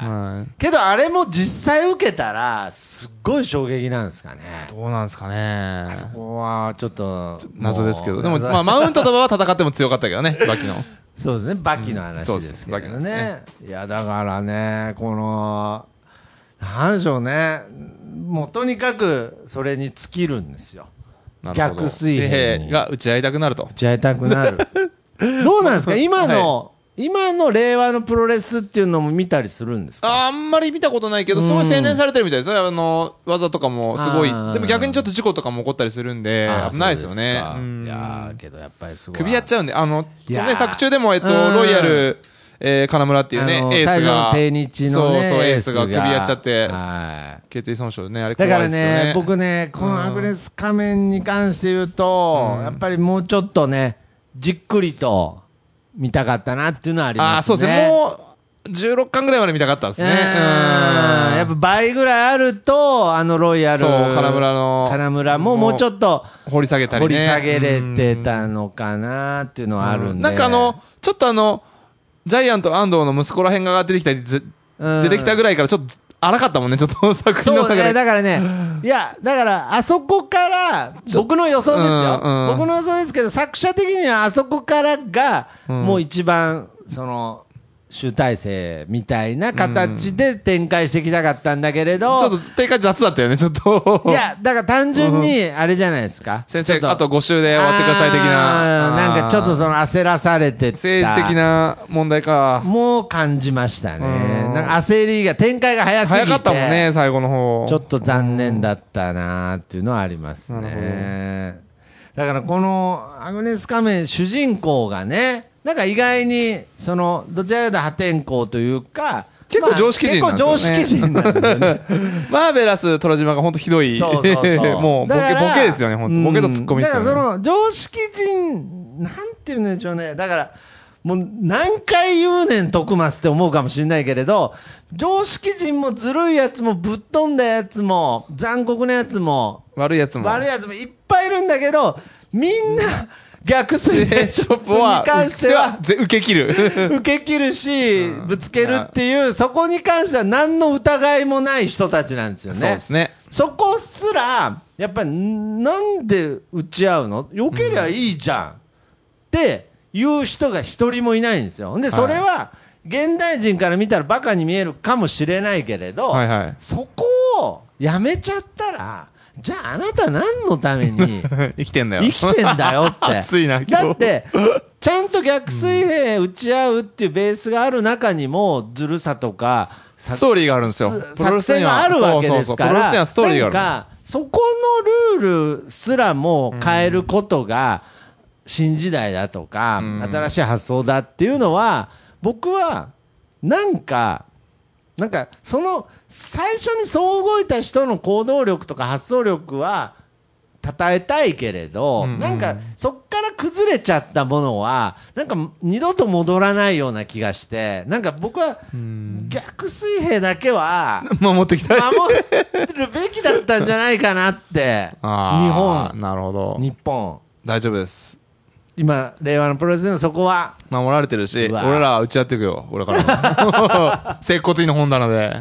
Speaker 2: はい
Speaker 1: い。けどあれも実際受けたら、すっごい衝撃なんですかね。
Speaker 2: どうなんですかね。
Speaker 1: そこはちょっと。
Speaker 2: 謎ですけど。でも、
Speaker 1: 謎
Speaker 2: まあ、マウントと馬場は戦っても強かったけど ね、バキの。
Speaker 1: そうですね、バキの話ですけど
Speaker 2: うんそう
Speaker 1: ね。
Speaker 2: ですバキのです
Speaker 1: いや、だからね、この、なんでしょうね。もうとにかくそれに尽きるんですよ。
Speaker 2: なるほど
Speaker 1: 逆水平
Speaker 2: 水
Speaker 1: に
Speaker 2: 平が打ち合いたくなると。
Speaker 1: じゃいたくなる。 どうなん ですか今の、今の令和のプロレスっていうのも見たりするんですか
Speaker 2: あんまり見たことないけど、すごい洗練されてるみたいですよ。あの、技とかもすごい。
Speaker 1: あー
Speaker 2: でも逆にちょっと事故とかも起こったりするんで、危ないですよね。
Speaker 1: あーそう
Speaker 2: うん
Speaker 1: ですかいやーけどやっぱりすごい。
Speaker 2: 首やっちゃうんで、あの、
Speaker 1: いやー
Speaker 2: ね、作中でも、えっと、
Speaker 1: うん
Speaker 2: ロイヤル、えー、金村っていうね
Speaker 1: あの、
Speaker 2: エース
Speaker 1: 最初の
Speaker 2: が、
Speaker 1: 定日のね。
Speaker 2: そうそう、エースが首やっちゃって、
Speaker 1: はい。
Speaker 2: 頸椎損傷ね、あれ怖
Speaker 1: だ
Speaker 2: い
Speaker 1: から
Speaker 2: ですよね。
Speaker 1: ね、僕ね、このアグネス仮面に関して言うと、やっぱりもうちょっとね、じっくりと見たかったなっていうのはあり
Speaker 2: ああー、
Speaker 1: ます
Speaker 2: そ
Speaker 1: ね。
Speaker 2: うですね。もう、16巻ぐらいまで見たかったですね。うん。
Speaker 1: うんやっぱ倍ぐらいあると、あのロイヤル、
Speaker 2: そう金村の
Speaker 1: 金村ももうちょっと
Speaker 2: 掘り下げたり
Speaker 1: 掘
Speaker 2: ね。
Speaker 1: り下げれてたのかなっていうのはあるんで。
Speaker 2: なんかあの、ちょっとあの、ジャイアント安藤の息子らへんが出てきたり、ず
Speaker 1: うん
Speaker 2: 出てきたぐらいからちょっと荒かったもんね、ちょっと作品の
Speaker 1: そう
Speaker 2: 中
Speaker 1: ね、
Speaker 2: で。
Speaker 1: だから ね、いや、だから、あそこから、僕の予想ですよ、
Speaker 2: うんうん
Speaker 1: 僕の予想ですけど、作者的にはあそこからが、もう一番、その、集大成みたいな形で展開していきたかったんだけれど、
Speaker 2: ちょっと展開雑だったよね、ちょっと。
Speaker 1: い、や、だから単純に、あれじゃないですか。
Speaker 2: 先
Speaker 1: ちょ
Speaker 2: 生
Speaker 1: っ、と
Speaker 2: あと5週で終わってください的
Speaker 1: あ
Speaker 2: な。
Speaker 1: ーなんかちょっとその焦らされてた
Speaker 2: 政治的な問題か。
Speaker 1: もう感じましたね
Speaker 2: うん
Speaker 1: なんか焦りが展開が早すぎて
Speaker 2: 早かったもんね、最後の方。
Speaker 1: ちょっと残念だったなっていうのはありますねだからこのアグネス仮面主人公がねなんか意外にそのどちらかというと破天荒というか
Speaker 2: 結構常識人
Speaker 1: ま
Speaker 2: な
Speaker 1: あ
Speaker 2: んですよね
Speaker 1: 結構常識人なんですよね
Speaker 2: マーベラス、虎島が本当ひどい。
Speaker 1: そうそうそう
Speaker 2: もうボ
Speaker 1: だ
Speaker 2: ケ、
Speaker 1: から
Speaker 2: ボケですよね、本当ボケとツッコミ
Speaker 1: うん
Speaker 2: で
Speaker 1: だ
Speaker 2: す
Speaker 1: か
Speaker 2: よ
Speaker 1: らそ
Speaker 2: ね。
Speaker 1: の常識人なんていうんでしょうねだからもう何回言うねん徳マスって思うかもしれないけれど常識人もずるいやつもぶっ飛んだやつも残酷なやつも
Speaker 2: 悪いやつも。
Speaker 1: 悪いやつもいっぱいいるんだけどみんな逆水
Speaker 2: え
Speaker 1: 平
Speaker 2: ー
Speaker 1: シ
Speaker 2: シ
Speaker 1: ョッ
Speaker 2: ョッ
Speaker 1: プ
Speaker 2: プ
Speaker 1: は
Speaker 2: は、
Speaker 1: に関 しては
Speaker 2: ぜ受け切 る。
Speaker 1: 受け切るしぶつけるっていうそこに関しては何の疑いもない人たちなんですよね。
Speaker 2: そうですね。
Speaker 1: そこすら、やっぱり、んなんで打ち合うのよけりゃいいじゃん、って言う人が一人もいないんですよ。ほんで、それは、現代人から見たらバカに見えるかもしれないけれど、
Speaker 2: はいはい
Speaker 1: そこをやめちゃったら、じゃああなた何のため に
Speaker 2: 生きてんだよ。
Speaker 1: 生きてんだよって。
Speaker 2: 熱いな、今日
Speaker 1: だっ、て、ちゃんと逆水平打ち合うっていうベースがある中にも、ずるさとか、
Speaker 2: ストーリーがあるんですよ。プロ
Speaker 1: 作
Speaker 2: レスに
Speaker 1: 戦
Speaker 2: は
Speaker 1: があるわけですか
Speaker 2: そうそうそうプロレス
Speaker 1: ら、
Speaker 2: にはストーリーがあ
Speaker 1: な
Speaker 2: る
Speaker 1: ん
Speaker 2: の。
Speaker 1: か、そこのルールすらも変えることが、新時代だとか、新しい発想だっていうのは、僕は、なんか、なんか、その、最初にそう動いた人の行動力とか発想力は、称えたいけれど、
Speaker 2: うん
Speaker 1: なんか、そっから崩れちゃったものは、なんか、二度と戻らないような気がして、なんか僕は、逆水平だけは、
Speaker 2: 守ってきたい。
Speaker 1: 守るべきだったんじゃないかなって、日
Speaker 2: あー
Speaker 1: 本、
Speaker 2: なるほど。
Speaker 1: 日本、
Speaker 2: 大丈夫です。
Speaker 1: 今、令和のプロレスでのそこは、
Speaker 2: 守られてるし、
Speaker 1: うわ
Speaker 2: 俺らは打ち合っていくよ、俺 からも。接骨院の本棚で。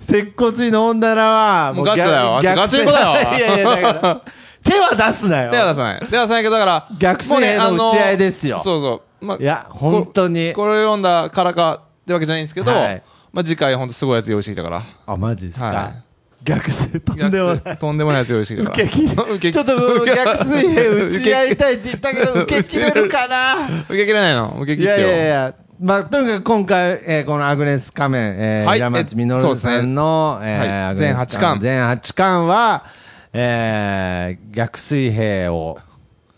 Speaker 1: 接骨院の本棚は、
Speaker 2: もうガチだよガチンコだよ
Speaker 1: いやいや、だから、手は出すなよ。
Speaker 2: 手は出さない。手は出さないけど、だから、
Speaker 1: 逆
Speaker 2: もう
Speaker 1: 性
Speaker 2: ねあ
Speaker 1: の打ち合いですよ。
Speaker 2: そうそう。まあ
Speaker 1: いや、本当に。
Speaker 2: これを読んだからかってわけじゃないんですけど、
Speaker 1: はい
Speaker 2: まあ次回本当すごいやつ用意してきたから。
Speaker 1: あ、マジです
Speaker 2: は
Speaker 1: か
Speaker 2: い。
Speaker 1: 逆性とんでもない。
Speaker 2: とんでもないやつ用意してきたか
Speaker 1: 受
Speaker 2: ら。
Speaker 1: け切れ
Speaker 2: 受け
Speaker 1: ちょっ と
Speaker 2: 受け
Speaker 1: 逆水平打ち合いたいって言ったけど、受け切れるかな
Speaker 2: 受け切れないの受け
Speaker 1: い
Speaker 2: 切っ
Speaker 1: や
Speaker 2: て
Speaker 1: い
Speaker 2: よ。
Speaker 1: やいや、まあ、とにかく今回、えーこのアグネス仮面、えー
Speaker 2: はい
Speaker 1: 平松
Speaker 2: えそう
Speaker 1: 実
Speaker 2: ですね
Speaker 1: さんの、えー
Speaker 2: はい
Speaker 1: アグネス
Speaker 2: 全八巻
Speaker 1: 全8巻は、えー逆水平を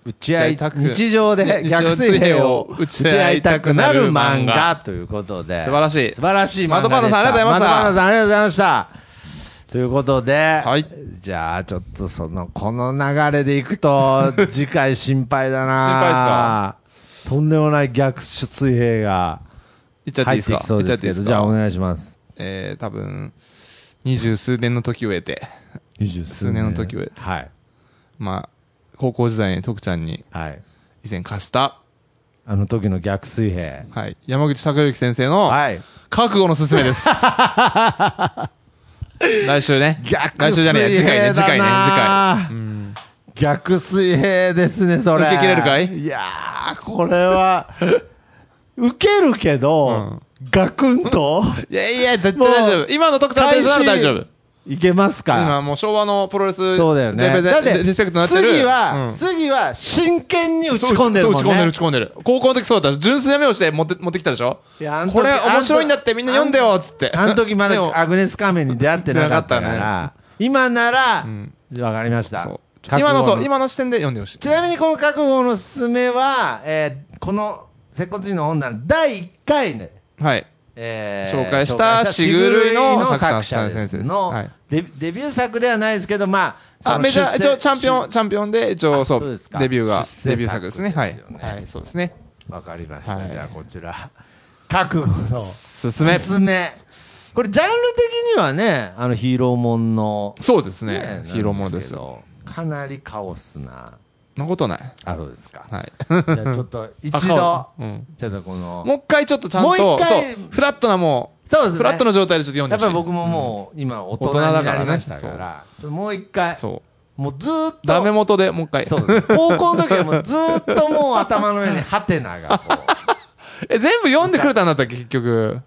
Speaker 1: 打ち合い
Speaker 2: 打ち合いたく
Speaker 1: 日常で
Speaker 2: 日常
Speaker 1: 逆水平を打
Speaker 2: 打
Speaker 1: ち
Speaker 2: ち
Speaker 1: 合
Speaker 2: 合
Speaker 1: い
Speaker 2: い
Speaker 1: た
Speaker 2: た
Speaker 1: く
Speaker 2: く
Speaker 1: な
Speaker 2: な
Speaker 1: る
Speaker 2: る
Speaker 1: 漫
Speaker 2: 漫
Speaker 1: 画
Speaker 2: 画
Speaker 1: ということで。
Speaker 2: 素晴らしい
Speaker 1: 素晴らしい漫画でした。
Speaker 2: マドパンナさんありがとうございました
Speaker 1: マドパンナさんありがとうございました。ということで、
Speaker 2: はい
Speaker 1: じゃあちょっとそのこの流れでいくと次回心配だな
Speaker 2: 心配っすか
Speaker 1: とんでもない逆水平が
Speaker 2: いっちゃってい
Speaker 1: 入っ
Speaker 2: いです
Speaker 1: て
Speaker 2: か
Speaker 1: きそうですけ
Speaker 2: いっち
Speaker 1: ど
Speaker 2: ゃっていいですか
Speaker 1: じゃあお願いします
Speaker 2: えー、多分、二十数年の時を経て、
Speaker 1: 二十数
Speaker 2: 数年の時を経て
Speaker 1: はい
Speaker 2: まあ、高校時代に徳ちゃんに
Speaker 1: はい
Speaker 2: 以前貸した、
Speaker 1: あの時の逆水平
Speaker 2: はい、山口孝之先生の
Speaker 1: はい
Speaker 2: 覚悟のすすめ です。来週ね。
Speaker 1: 逆
Speaker 2: 来週
Speaker 1: 水
Speaker 2: じゃ
Speaker 1: 平
Speaker 2: ねえ
Speaker 1: だ
Speaker 2: や
Speaker 1: な
Speaker 2: 次回ね、次回ね、次回。
Speaker 1: 逆水平ですねそれ
Speaker 2: 受け切れるかい
Speaker 1: いやーこれは受けるけど、ガクンと
Speaker 2: いやいや、絶対大丈
Speaker 1: もう
Speaker 2: 夫。今の徳ちゃん選手な ら大丈夫。
Speaker 1: いけますか
Speaker 2: 今もう昭和のプロレス、
Speaker 1: そうだよね。
Speaker 2: レペゼン
Speaker 1: だって、
Speaker 2: リスペクトになってる。
Speaker 1: 次
Speaker 2: う
Speaker 1: は、
Speaker 2: ん
Speaker 1: 次は真剣に打ち込んでるもんね。
Speaker 2: そう打ち込んでる、打ち込んでる。高校の時そうだった。純粋な目をして持って、持ってきたでしょ
Speaker 1: いやあん時
Speaker 2: これ面白いんだってみんな読んでよっつって。
Speaker 1: あの時ま
Speaker 2: でも
Speaker 1: だアグネス仮面に出会ってなかったか、
Speaker 2: なから
Speaker 1: 今なら、わかりました
Speaker 2: そう。
Speaker 1: 覚悟
Speaker 2: 今のそう、今の視点で読んでほしい。
Speaker 1: ちなみにこの覚悟のすすめは、えーこの、接骨院の本棚、第1回ね、
Speaker 2: はい。
Speaker 1: えー
Speaker 2: 紹介したしぐるいの作
Speaker 1: 作
Speaker 2: 者
Speaker 1: です
Speaker 2: 先生です
Speaker 1: の、
Speaker 2: はい
Speaker 1: デデビュー作ではないですけど、まあ、そ
Speaker 2: あ、
Speaker 1: の
Speaker 2: メジャー、
Speaker 1: 出
Speaker 2: 一
Speaker 1: 世
Speaker 2: 応チャンピオン、チャンピオンで、一応そ
Speaker 1: そうで
Speaker 2: う
Speaker 1: すか、
Speaker 2: デビューが
Speaker 1: 出世、作
Speaker 2: デビュー作ですね。はい
Speaker 1: ですよ。ね
Speaker 2: はい、そうですね。
Speaker 1: わかりました、
Speaker 2: はい
Speaker 1: じゃあこちら覚 悟の
Speaker 2: 進め。
Speaker 1: すめこれジャンル的にはねあのヒーローもんの、
Speaker 2: そうです
Speaker 1: ね
Speaker 2: ね。ヒーローものですよ。
Speaker 1: よかなりカオスな
Speaker 2: そんなことない。
Speaker 1: あそうですか
Speaker 2: はい。
Speaker 1: じゃあちょっと一度ち
Speaker 2: あ
Speaker 1: ょ
Speaker 2: 顔うん
Speaker 1: っとこの
Speaker 2: もう一回ちょっとちゃん
Speaker 1: も
Speaker 2: と、
Speaker 1: う
Speaker 2: そう
Speaker 1: 一回、
Speaker 2: フラットなも
Speaker 1: そうで
Speaker 2: う、
Speaker 1: すね
Speaker 2: フラットな状態でちょっと読んで
Speaker 1: や
Speaker 2: ほ
Speaker 1: っ
Speaker 2: しい。
Speaker 1: ぱり僕ももう今大人になりましたからちょっともう一回
Speaker 2: そう。
Speaker 1: もうずーっと
Speaker 2: ダメ元でもう一回。
Speaker 1: そうです高校の時はもうずーっともう頭の上にハテナがこう
Speaker 2: え、全部読んでくれたんだったっけ、結局。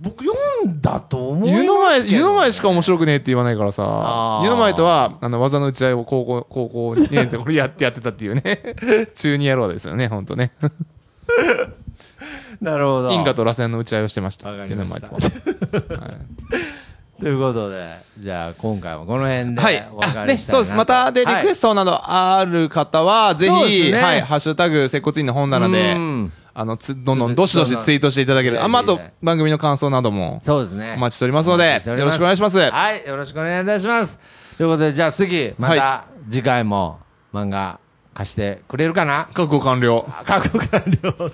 Speaker 1: 僕読んだと思います
Speaker 2: 湯
Speaker 1: け
Speaker 2: の
Speaker 1: ど、ね
Speaker 2: 前、、湯の前しか面白くねえって言わないからさ
Speaker 1: あ。ー
Speaker 2: 湯の前とは、あの、技の打ち合いを高校、高校2年でこれやってやってたってい うね。中二野郎ですよね、ほんとね。
Speaker 1: なるほど
Speaker 2: 因果と螺旋の打ち合いをしてました。
Speaker 1: わかりました
Speaker 2: 湯の前とははい
Speaker 1: ということで、じゃあ今回もこの辺で
Speaker 2: はい。
Speaker 1: お別
Speaker 2: あ
Speaker 1: れ
Speaker 2: ね、
Speaker 1: したいなと、
Speaker 2: そうです。また、で、リクエ
Speaker 1: ス
Speaker 2: ストなどある方は、ぜ
Speaker 1: そうで
Speaker 2: ひ、
Speaker 1: すね
Speaker 2: はい、ハッシュタグ、接骨院の本棚で
Speaker 1: うん、
Speaker 2: あの、つ、どんどん、どしどしツイートしていただける。あ、まあ、あと、番組の感想なども、
Speaker 1: そうですね。
Speaker 2: お待ちしておりますので
Speaker 1: お待ちており
Speaker 2: よろしくお願いします
Speaker 1: はい、よろしくお願いいたします。ということで、じゃあ次、また次回も漫画貸してくれるかな
Speaker 2: 覚悟完了。
Speaker 1: あ過去完了。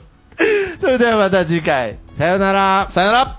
Speaker 1: それではまた次回、さようなら。
Speaker 2: さよなら